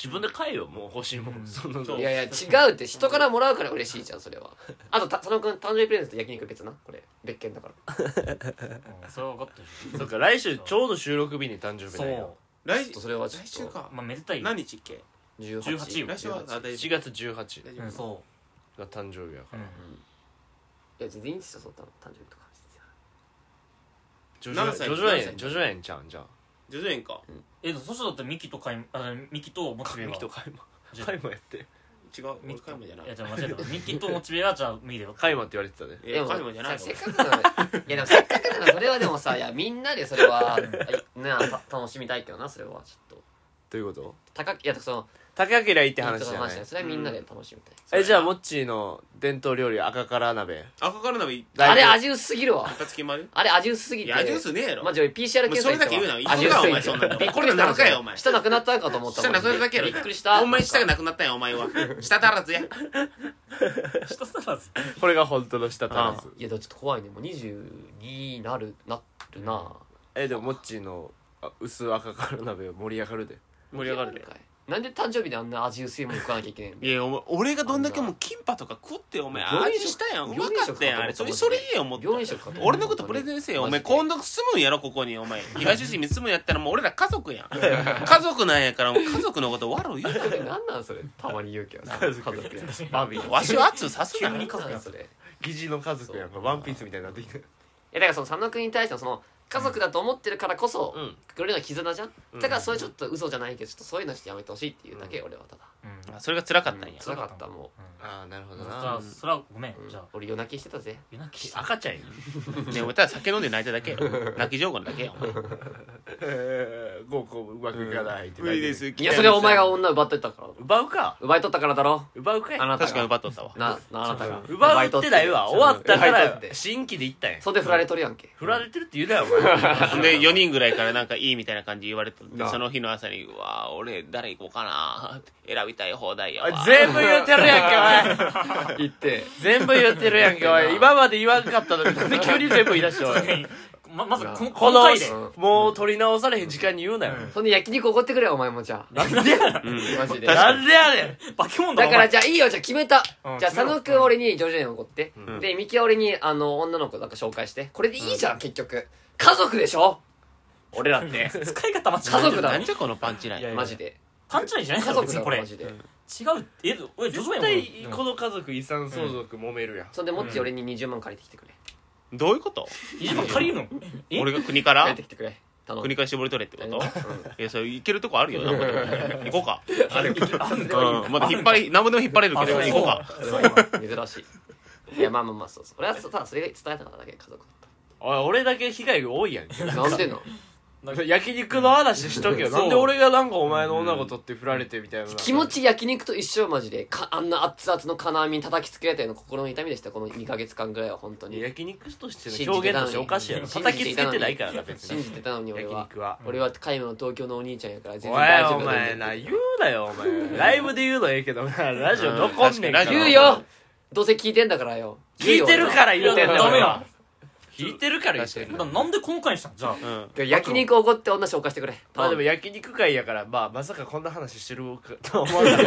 Speaker 2: 自分で買えよもう欲しいも
Speaker 3: うんん
Speaker 2: そんなの
Speaker 1: そう
Speaker 4: いやいや違うって人からもらうから嬉しいじゃんそ (laughs) れはあとた佐野君誕生日プレゼントと焼肉別なこれ別件だから
Speaker 3: うんそれは分かってる
Speaker 2: そっか来週ちょうど収録日に誕生日
Speaker 3: そ
Speaker 2: だよ
Speaker 3: う
Speaker 1: 来
Speaker 4: ちょっとそれはちょっ
Speaker 1: 来
Speaker 4: と
Speaker 1: 週か、
Speaker 3: まあめでたいよ
Speaker 1: 何日っけ
Speaker 4: 18
Speaker 3: 18
Speaker 1: 来週はあ大
Speaker 2: 7
Speaker 1: 丈夫
Speaker 2: 月18
Speaker 1: 大丈
Speaker 3: うん
Speaker 1: 夫
Speaker 3: そ
Speaker 2: が誕生日やか
Speaker 3: う
Speaker 2: ら
Speaker 3: うん
Speaker 4: いや全然いいんですよそんな誕生日とか
Speaker 2: 徐々
Speaker 1: 何歳
Speaker 2: に徐々
Speaker 1: 何歳
Speaker 2: に徐々にちゃうんじゃん
Speaker 1: 徐々園か
Speaker 3: えそしたらだってミキと海馬あミキとモチベは
Speaker 2: ミキとカイマ
Speaker 3: じゃあ
Speaker 2: カイマやって
Speaker 1: 違う
Speaker 3: ミ
Speaker 1: 俺
Speaker 3: キ
Speaker 1: カイマじゃない
Speaker 3: いやじゃあ間違えたミキとモチベはじゃあ無理だ
Speaker 2: (laughs)
Speaker 3: よ
Speaker 2: カイマって言われてたね
Speaker 1: えカイマじゃない
Speaker 4: さ
Speaker 1: の
Speaker 4: せっかくなのいやでもせっかくなのそれはでもさいやみんなでそれ (laughs) はなた楽しみたいけどなそれはちょっと
Speaker 2: どういうこと
Speaker 4: 高きいやその
Speaker 2: 高けりゃいいって
Speaker 4: いい
Speaker 2: 話
Speaker 4: と
Speaker 2: じ
Speaker 4: こ
Speaker 2: ゃ
Speaker 4: の
Speaker 2: ない
Speaker 4: だよそれはみんなで楽しみたい、
Speaker 2: えじゃあモッチーの伝統料理赤から鍋
Speaker 1: 赤から鍋
Speaker 2: だい
Speaker 4: あ
Speaker 2: ぶ
Speaker 4: れ味薄すぎるわ
Speaker 1: 赤つきまで
Speaker 4: あれ味薄すぎ
Speaker 1: い
Speaker 4: て
Speaker 1: やジュースねえやろ
Speaker 4: マジ俺 PCR 検査行ったわ
Speaker 1: もうそれだけ言うな
Speaker 4: 味薄すぎて
Speaker 1: 一緒だお前そんなの
Speaker 4: びっくり
Speaker 1: コロナ
Speaker 4: した
Speaker 1: の中やお前
Speaker 4: 舌なくなったかと思った
Speaker 1: 舌なくなっただけやろ
Speaker 4: びっくりした
Speaker 1: ほんまに舌が
Speaker 4: な
Speaker 1: なくなったんやお前は舌足らずや
Speaker 3: 下さらず
Speaker 2: これが本当の舌
Speaker 1: あ
Speaker 2: 足らず
Speaker 4: いやでもちょっと怖いねもう22になるなるな
Speaker 2: えでもモッチーのあ薄赤から鍋盛り上がるで
Speaker 1: 盛り上がるで
Speaker 4: かいなんで誕生日であんな味薄いもん食わなきゃいけないの
Speaker 1: いやお前俺がどんだけもうキンパとか食ってお前
Speaker 4: 病
Speaker 1: 味
Speaker 4: 院食
Speaker 1: したやんうま
Speaker 4: 病院
Speaker 1: か
Speaker 4: 食
Speaker 1: ったやんあれそ
Speaker 4: かと思
Speaker 1: れ
Speaker 4: った
Speaker 1: それ言えよもっと
Speaker 4: 病院食かと思った
Speaker 1: 俺のことプレゼンせえよお前
Speaker 4: マジで
Speaker 1: 今度住むんやろここにお前東市に住むんやったらもう俺ら家族やん家族なんやからもう家族のこと悪う言う
Speaker 4: それ何なんそれたまに言うけどさ家族でバビー
Speaker 1: なわしを圧さすな
Speaker 3: 急に
Speaker 4: 何なんそれいや
Speaker 2: 疑似の家族やんかワンピースみたいになってきて
Speaker 4: だからその佐野君に対してのその家族だと思ってるからこそ、
Speaker 2: うん
Speaker 4: これの絆じゃん、
Speaker 2: ん
Speaker 4: だからそれちょっと嘘じゃないけどちょっとそういうのしてやめてほしいっていうだけ、俺はただ
Speaker 3: うん
Speaker 1: あそれが辛かったんや
Speaker 4: 辛かったも
Speaker 2: ああなるほ
Speaker 3: うんじゃあそれはごめんじゃあ
Speaker 4: う俺夜泣きしてたぜ
Speaker 3: 夜泣きし
Speaker 2: (laughs)
Speaker 3: て
Speaker 2: 赤ちゃんや
Speaker 1: ねお前ただ酒飲んで泣いただけや泣き上手なだけやお前
Speaker 2: えー、こうこううまくいか (laughs) ないって
Speaker 4: いやそれはお前が女奪っとったから
Speaker 2: 奪うか
Speaker 4: 奪い取ったからだろ
Speaker 2: 奪うかい
Speaker 4: あなたが
Speaker 1: 確かに奪っとったわ
Speaker 4: ななあなたが
Speaker 2: (laughs) 奪うってないわ終わったか
Speaker 4: 奪い
Speaker 2: ら
Speaker 4: 取って
Speaker 2: 新規で行ったんや
Speaker 4: 袖振られとるやんけ
Speaker 2: 振られてるって言うなよお前
Speaker 1: で4人ぐらいからなんかいいみたいな感じ言われてて
Speaker 4: な
Speaker 1: その日の朝に「うわー俺誰行こうかな」選びたい放題やわ
Speaker 2: あ (laughs) 全部言うてるやんけお前
Speaker 4: 言って
Speaker 2: (laughs) 全部言ってるやんけおい (laughs) 今まで言わんかったのになんで急に全部言い出して (laughs) おい
Speaker 3: (laughs) ままずこ
Speaker 2: こ
Speaker 3: のこの
Speaker 2: の
Speaker 3: 回で
Speaker 2: もう取り直されへん時間に言うなよ
Speaker 4: そんで焼肉おごってくれよお前もじゃあ
Speaker 2: なんでやねん
Speaker 4: マジ
Speaker 1: 確
Speaker 4: で
Speaker 1: か
Speaker 2: な
Speaker 1: に
Speaker 2: んでやねん
Speaker 3: 化け物だ
Speaker 4: だ
Speaker 3: お
Speaker 4: か
Speaker 3: 前
Speaker 4: らじゃあいいよじゃあ決めた、
Speaker 3: うん
Speaker 4: じゃあ
Speaker 3: 決
Speaker 4: 佐
Speaker 3: めろ
Speaker 4: 野くん俺にジョジョ園怒って、
Speaker 2: うん
Speaker 4: でミキは俺にあの女の子なんか紹介してこれでいいじゃん、結局家族でしょ俺らって
Speaker 3: 使い方間違えてる
Speaker 4: 家族だ
Speaker 1: 何じゃこのパンチライン
Speaker 3: いやいや
Speaker 4: (laughs) マジで
Speaker 3: パンチラインじゃない
Speaker 4: 家
Speaker 3: から
Speaker 4: 族
Speaker 3: 別
Speaker 4: だ
Speaker 3: にこ
Speaker 4: わ
Speaker 3: れ違
Speaker 4: マ
Speaker 3: う
Speaker 4: ジで、
Speaker 3: え俺ジョジョ
Speaker 2: 絶
Speaker 3: 園
Speaker 2: 対
Speaker 3: も
Speaker 2: この家族遺産相続揉めるやん
Speaker 4: そんでもっち俺に20万借りてきてくれ
Speaker 1: どういうこと
Speaker 3: 一番借りるのえ
Speaker 1: 俺が国か
Speaker 4: 借
Speaker 1: ら
Speaker 4: りてきてくれ頼む
Speaker 1: 国から絞り取れってこと
Speaker 4: うん
Speaker 1: いやそれ行けるとこあるよなんぼでも行こうか
Speaker 3: あるあるんだ
Speaker 1: うんまだ引っ張りなんぼでも引っ張れるけど
Speaker 3: あそ
Speaker 1: 行
Speaker 3: う
Speaker 1: こうか
Speaker 4: それは珍しいいやまあまあまあそうそう俺はただそれが伝えたからだけ家族
Speaker 2: おい俺だけ被害が多いやんけ
Speaker 4: なんでの
Speaker 2: 焼肉の話しとけよ
Speaker 3: そう
Speaker 2: なんで俺がなんかお前の女子とって振られてみたいな
Speaker 4: 気持ち焼肉と一緒よマジでかあんな熱々の金網に叩きつけられたような心の痛みでしたこの2ヶ月間ぐらいは本当に
Speaker 2: 焼肉としての表現としておかしいやろ
Speaker 4: 信
Speaker 2: 叩
Speaker 4: じ
Speaker 2: き
Speaker 4: て
Speaker 2: つ
Speaker 4: いた
Speaker 2: け
Speaker 4: の
Speaker 2: て
Speaker 4: に
Speaker 2: ないからな別
Speaker 4: 信
Speaker 2: に
Speaker 4: じてたのに俺
Speaker 2: 焼
Speaker 4: は
Speaker 2: 肉は
Speaker 4: 俺は海馬の東京のお兄ちゃんやから全
Speaker 2: おい
Speaker 4: 然大丈
Speaker 2: お
Speaker 4: 夫だ
Speaker 2: 前
Speaker 4: と
Speaker 2: な
Speaker 4: 思う
Speaker 2: 言うなよお前ライブで言うのええけどなラジオ残んねんから
Speaker 1: 確かにラジオ
Speaker 4: 言うよどうせ聞いてんだからよ
Speaker 2: 聞いてるから言うてんだ
Speaker 3: ダメ
Speaker 2: 俺
Speaker 3: や
Speaker 2: は引いてるから言ってん
Speaker 3: だ
Speaker 2: の
Speaker 3: からなんで今回にしたんじゃあ
Speaker 1: うん
Speaker 4: で焼肉おごって女紹介してくれ
Speaker 2: まあでも
Speaker 4: うん
Speaker 2: 焼肉会やからまあまさかこんな話してるかと思わなかっ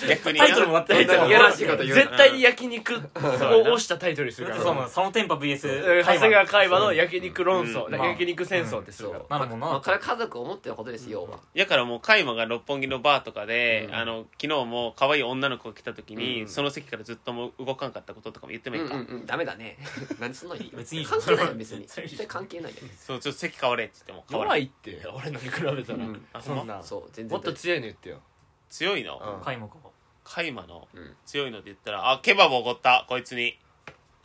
Speaker 2: た
Speaker 1: 逆に
Speaker 3: タイトルもらってない
Speaker 4: そんないやらしいこと言うな
Speaker 2: 絶対に焼肉を押したタイトルにする
Speaker 3: だっ
Speaker 2: か
Speaker 3: て
Speaker 2: ら
Speaker 3: そうなのサノテンパ VS
Speaker 2: 長
Speaker 3: 海
Speaker 2: 谷川
Speaker 3: 馬
Speaker 2: 海馬の焼肉論争、
Speaker 1: うん
Speaker 2: なんか焼肉戦争ってするから、
Speaker 3: なるもんな
Speaker 4: まあこれは家族を思ってのことですよ要は
Speaker 1: やからもうカイマが六本木のバーとかで、
Speaker 2: うん
Speaker 1: あの昨日も可愛い女の子が来た時に、
Speaker 2: うん
Speaker 1: その席からずっともう動かんかったこととかも言って
Speaker 4: う
Speaker 1: も
Speaker 4: ん
Speaker 1: いいか、
Speaker 4: うんうんダメ
Speaker 2: (laughs)
Speaker 4: だね何そんなのいい
Speaker 3: 別にいい
Speaker 4: 関係ないよ別に
Speaker 3: それいい
Speaker 4: 絶対関係ないよ
Speaker 1: そうちょっと席変われって言っても変わら
Speaker 2: 弱
Speaker 1: ない
Speaker 2: いって俺のに比べたら、
Speaker 4: うん
Speaker 1: あ
Speaker 2: そんな
Speaker 4: そう全然
Speaker 2: もっと強いの言ってよ
Speaker 1: 強いの、
Speaker 2: うん
Speaker 3: 海馬か
Speaker 1: カイマの
Speaker 4: うん
Speaker 1: 強いので言ったらあケバブおごったこいつに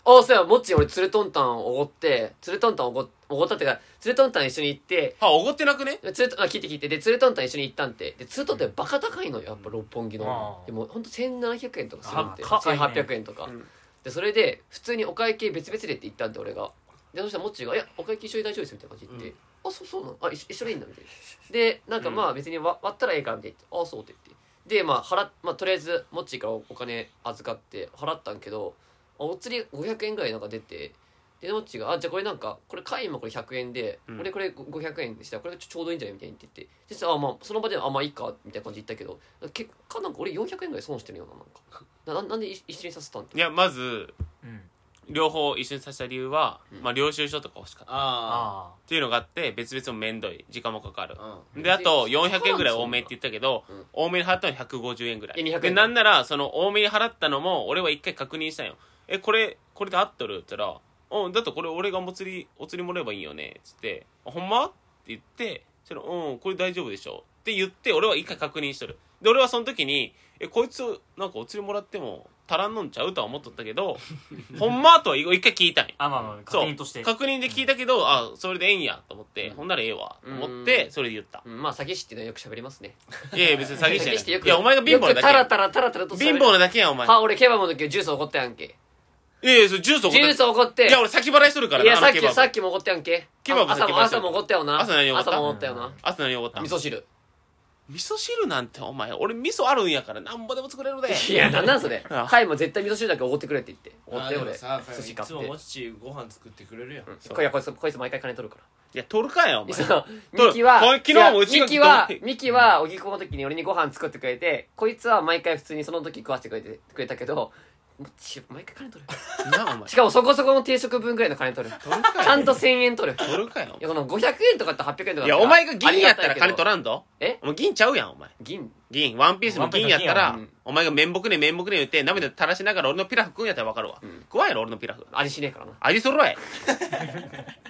Speaker 4: あそうやもっち俺つれとんたんおごってつれとんたんおごおごったってかつれとんたん一緒に行って
Speaker 1: あおごってなくね
Speaker 4: つれとあ聞いて聞いてでつれとんたん一緒に行ったんってでつれとんたんバカ高いのよやっぱ六本木の
Speaker 3: あー
Speaker 4: でもほんと1700円とかするって
Speaker 3: あ高いね
Speaker 4: 1800円とか、
Speaker 1: うん
Speaker 4: でそれで普通にお会計別々でって言ったんで俺がでそしたらもっちが「いやお会計一緒に大丈夫です」みたいな感じで言って「あそうそうなのあ一緒一緒でいいんだ」みたいなでなんか
Speaker 1: うん
Speaker 4: まあ別に割割ったらええからみたいな「あそう」って言ってでまあ払っ、まあ、とりあえずもっちからお金預かって払ったんけどあお釣り500円ぐらいなんか出てでもっちが「あじゃあこれなんかこれ会員もこれ100円で、
Speaker 1: うん
Speaker 4: 俺これ500円でしたらこれちょちょうどいいんじゃない?」みたいに言っててそしたらあ、まあ、その場で「あまあいいか」みたいな感じで言ったけど結果なんか俺400円ぐらい損してるようななんか (laughs) なななんで一一緒にさせたん
Speaker 1: いやまず
Speaker 3: うん
Speaker 1: 両方一緒にさせた理由は、
Speaker 4: うん
Speaker 1: まあ、領収書とか欲しかったっ
Speaker 2: あ
Speaker 3: あ
Speaker 1: ていうのがあって別々もめんどい時間もかかる
Speaker 2: あうん
Speaker 1: であと400円ぐらい多めって言ったけど、
Speaker 4: うん
Speaker 1: 多めに払ったの150円ぐらい
Speaker 4: え200円
Speaker 1: でなんならその多めに払ったのも俺は一回確認したんよえこれこれで合っとるって言ったら「うんだとこれ俺がお釣りお釣りもらえばいいよね」っつって「あほんま?」って言ってそのうんこれ大丈夫でしょ」って言って俺は一回確認しとるで俺はその時に「えこいつなんかお釣りもらっても足らんのんちゃう?」とは思っとったけ
Speaker 4: (laughs)
Speaker 1: ど「ほんま?」とは一回聞いたんよ
Speaker 3: ああまあまあ確認として
Speaker 1: 確認で聞いたけど、あそれでええんやと思って、ほんならええわと思って
Speaker 4: うん
Speaker 1: それで言った
Speaker 4: うんまあ詐欺師っていうのはよく喋りますね
Speaker 1: いやいや別に (laughs) 詐欺師じゃ
Speaker 4: 詐欺師って
Speaker 1: な
Speaker 4: よ
Speaker 1: い
Speaker 4: く
Speaker 1: いやお前が貧乏な
Speaker 4: よくタラ
Speaker 1: だけ
Speaker 4: タラタラタラと
Speaker 1: や貧乏なだけやんお前い
Speaker 4: は俺ケバブの時ジュースおごったやんけ
Speaker 1: やいやそれジュースおご
Speaker 4: ジュースおごって
Speaker 1: いや俺先払いしとるから
Speaker 4: いやさっ
Speaker 1: あのケバ
Speaker 4: き
Speaker 1: ブ
Speaker 4: さっきもおごったやんけ
Speaker 1: ケバブ
Speaker 4: 朝
Speaker 1: 先
Speaker 4: も
Speaker 1: 回し
Speaker 4: 朝もおごったよな
Speaker 1: 朝何おごった
Speaker 4: もおごったよな
Speaker 1: あと何おごった
Speaker 4: 味噌汁
Speaker 1: 味噌汁なんてお前俺味噌あるんやからなんぼでも作れるで
Speaker 4: いやなんなんそれ
Speaker 1: (laughs) あ
Speaker 4: カイも絶対味噌汁だけおごってくれって言っておご
Speaker 2: あ
Speaker 4: っ
Speaker 2: ー
Speaker 4: て
Speaker 2: で
Speaker 4: 俺
Speaker 2: もさ
Speaker 4: 寿司買っ
Speaker 2: いつも
Speaker 4: て
Speaker 2: もっちご飯作ってくれるやん、
Speaker 4: うんこいやこいつこいつ毎回金取るから
Speaker 1: いや取るかよお前
Speaker 4: そう
Speaker 1: どう
Speaker 4: ミキは
Speaker 1: これ昨日もうち
Speaker 4: い
Speaker 1: が
Speaker 4: やミキは
Speaker 1: どう
Speaker 4: ミキは荻窪の時に俺にご飯作ってくれてこいつは毎回普通にその時食わせてくれてくれたけどもうち毎回金取る
Speaker 1: なお前
Speaker 4: しかもそこそこの定食分ぐらいの金取る
Speaker 1: 取るかよ
Speaker 4: ちゃんと1000円取る
Speaker 1: 取るかよ
Speaker 4: いや、この500円とかって800円とか
Speaker 1: いやお前が銀やったら金取
Speaker 4: ら
Speaker 1: らんぞ
Speaker 4: え
Speaker 1: お前銀ちゃうやんお前
Speaker 4: 銀
Speaker 1: 銀ワンピースも銀やった
Speaker 4: ワ
Speaker 1: ら
Speaker 4: ンピースも銀や
Speaker 1: お前が面目ね面目ね言って涙垂らしながら俺のピラフ食うんやったら分かるわ
Speaker 4: うん
Speaker 1: 怖いやろ俺のピラフ
Speaker 4: 味しねえからな。
Speaker 1: 味揃え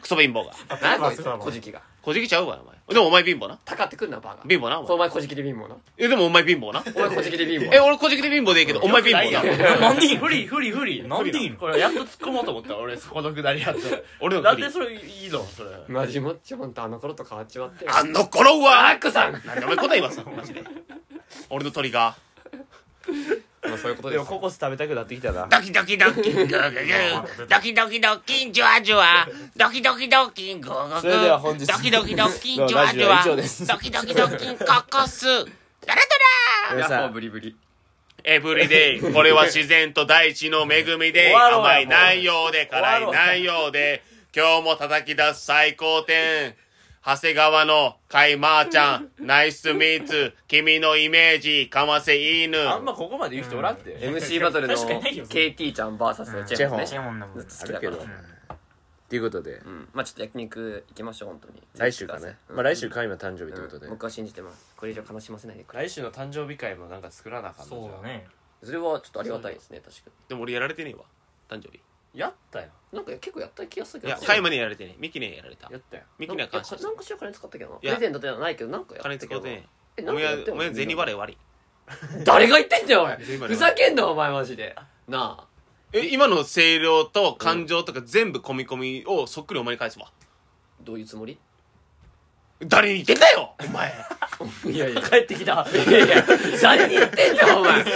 Speaker 1: クソ貧乏が
Speaker 4: 何
Speaker 3: ま
Speaker 4: こ
Speaker 3: あ
Speaker 4: いつ、
Speaker 3: そうだろうね
Speaker 4: 小じきが。
Speaker 1: こじきちゃうわお前でもお前貧乏な
Speaker 4: たかってくんな、バカ。
Speaker 1: 貧乏なお
Speaker 4: そうお
Speaker 1: 前
Speaker 4: 前小じきで貧
Speaker 1: (laughs)
Speaker 4: 乏な。
Speaker 1: えでもお前貧乏な
Speaker 4: お前小じきで貧
Speaker 1: え
Speaker 4: 乏。
Speaker 1: 俺こじきで貧乏でいいけどお前貧乏な
Speaker 3: なんでいい
Speaker 2: フリーフリーフリー
Speaker 3: なんでいいの
Speaker 2: これやっと突っ込もうと思った俺そこのくだりやっ
Speaker 1: 俺
Speaker 2: と
Speaker 1: の
Speaker 2: なん
Speaker 1: 国
Speaker 2: でそれいいのそれ
Speaker 4: マジもっちもんとあの頃と変わっちまってよ。
Speaker 1: あの頃
Speaker 4: ア
Speaker 1: は
Speaker 4: ックさんま
Speaker 1: なんでお前答えますマジで俺の鳥が
Speaker 4: あそういうこと
Speaker 2: で
Speaker 4: で
Speaker 2: も
Speaker 4: す。
Speaker 2: ココス食べたくなってきたな
Speaker 1: ドキドキドキグーグーグードキドキドキンジュワジュワドキドキドキングーグ
Speaker 2: そ
Speaker 1: ーグ
Speaker 2: れでは
Speaker 1: ー
Speaker 2: 本日
Speaker 1: ドキドキドキン
Speaker 2: の
Speaker 1: ジュワ
Speaker 2: ラ
Speaker 1: ジ
Speaker 2: ジオ
Speaker 1: ュ
Speaker 2: は
Speaker 1: ワ
Speaker 2: 以上です
Speaker 1: ドキドキドキンココスダラダラ
Speaker 2: 皆さん
Speaker 4: ブリブリ。
Speaker 1: エブリデイこれは自然と大地の恵みで (laughs)
Speaker 2: 終わろうよ
Speaker 1: 甘い内容で
Speaker 2: 終わろ
Speaker 1: 辛いう
Speaker 2: よ
Speaker 1: 内容で今日も叩き出す最高点長谷川のカイマーちゃ (laughs) んナイスミーツ君のイメージかませ犬
Speaker 2: あんまここまで言う人おらんって、っ
Speaker 4: MC バトルの
Speaker 3: 確かにないよ
Speaker 4: KT ちゃん VS チェホンね。
Speaker 3: 違うもんなもん
Speaker 4: ずっと好きだから。
Speaker 2: あるけど
Speaker 4: う
Speaker 2: ていうことで
Speaker 4: ん。まあちょっと焼肉行きましょう、本当に。
Speaker 2: 来週かね、まあ、来週海の誕生日
Speaker 4: うん
Speaker 2: ということで、
Speaker 4: 僕は信じてます。これ以上悲しませないでくれ。
Speaker 2: 来週の誕生日会もなんか作らなあかった
Speaker 3: そうだね
Speaker 4: それはちょっとありがたいですね、確か
Speaker 1: でも俺やられてねえわ誕生日
Speaker 2: やったよ
Speaker 4: に。なんか結構やった気がする
Speaker 1: い
Speaker 4: けど
Speaker 1: や
Speaker 4: な。
Speaker 1: カイマにやられてねえミキにはやられた
Speaker 2: やったよ
Speaker 1: ミキには感謝し
Speaker 4: いや
Speaker 1: た
Speaker 4: なんかしら金使ったけどな。
Speaker 1: いや
Speaker 4: プレゼントではないけど、なんかやった
Speaker 1: 金
Speaker 4: け
Speaker 1: 使
Speaker 4: ど
Speaker 1: う
Speaker 4: な。
Speaker 1: てねえ
Speaker 4: え、
Speaker 1: お
Speaker 4: なんか
Speaker 1: 前
Speaker 4: やって
Speaker 1: お前銭払い悪い
Speaker 4: 誰が言ってんだよ、おい。
Speaker 1: 銭払い
Speaker 4: ふざけんな、お前マジで。なあ。
Speaker 1: え今の声量と感情とか全部込み込みをそっくりお前に返すわ
Speaker 4: どういうつもり
Speaker 1: 誰に言ってんだよお前 (laughs)
Speaker 4: い (laughs) やいや。
Speaker 3: 帰ってきた
Speaker 4: 誰に言ってんだ (laughs) よ、お前。そっく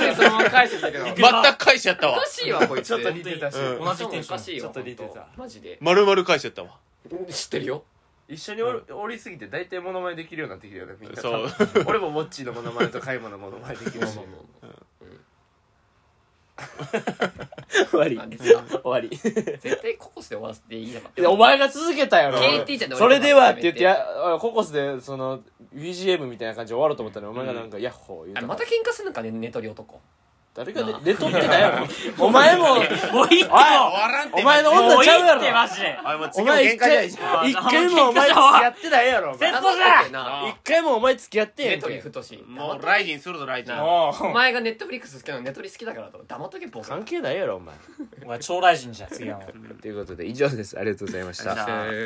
Speaker 4: りそのまま返してきたけど。
Speaker 1: 全く返しちゃった
Speaker 4: お
Speaker 1: わ
Speaker 4: かしいわ、こいつ。
Speaker 2: ちょっと似てたし、
Speaker 1: うん
Speaker 3: 同じテン
Speaker 4: お
Speaker 3: ショ
Speaker 4: か
Speaker 3: ン
Speaker 4: しいよ。
Speaker 2: ちょっと似てた
Speaker 4: ほんマジで。
Speaker 1: 丸々返しちゃったわ
Speaker 4: 知ってるよ。
Speaker 2: 一緒におるおりすぎて大体モノマネできるようになってきるよねみんな
Speaker 1: そう
Speaker 2: 多分俺もモッチーのモノマネとカイマのモノマネできるし
Speaker 4: まあまあまあ
Speaker 2: (laughs) 終わり
Speaker 4: あ実は
Speaker 2: 終わり
Speaker 4: 絶対ココスで終わらせていいなかっ
Speaker 2: い
Speaker 4: た
Speaker 2: やお前が続けたやろ
Speaker 4: KT じゃん
Speaker 2: それではって言ってやココスでその BGM みたいな感じで終わろうと思ったのにお前がなんかヤッホー言う
Speaker 4: あ
Speaker 2: たか
Speaker 4: れま
Speaker 2: ら
Speaker 4: た喧嘩するのかね寝取り男
Speaker 2: 誰がね寝とってたやろ (laughs) お前も
Speaker 3: もういいって
Speaker 2: おい
Speaker 1: らん
Speaker 2: お前の
Speaker 3: も
Speaker 2: 女
Speaker 3: うい
Speaker 2: ち
Speaker 3: い
Speaker 2: ゃうや
Speaker 3: って
Speaker 2: ろ
Speaker 3: マジで
Speaker 1: あもう
Speaker 2: お
Speaker 1: 次も
Speaker 2: 前一
Speaker 1: 喧嘩じゃ
Speaker 2: 回
Speaker 1: ない
Speaker 2: 一
Speaker 1: し
Speaker 2: 回もお前付
Speaker 3: 喧嘩だわ
Speaker 2: き合ってないやろお前
Speaker 3: 絶
Speaker 2: 一
Speaker 3: 対そうだ
Speaker 4: ってな
Speaker 1: あ
Speaker 2: 回もお前付き合ってへ
Speaker 4: 寝
Speaker 2: んけ
Speaker 4: 取り太し
Speaker 1: もうライジンするぞライジン
Speaker 2: も
Speaker 4: お
Speaker 2: う
Speaker 4: 前がネットフリックス好きなの寝取り好きだからと黙っとけボケ
Speaker 2: 関係ないやろお前
Speaker 3: お前超大臣じゃん次はもう
Speaker 2: ということで以上ですありがとうございました
Speaker 1: ありがとうございました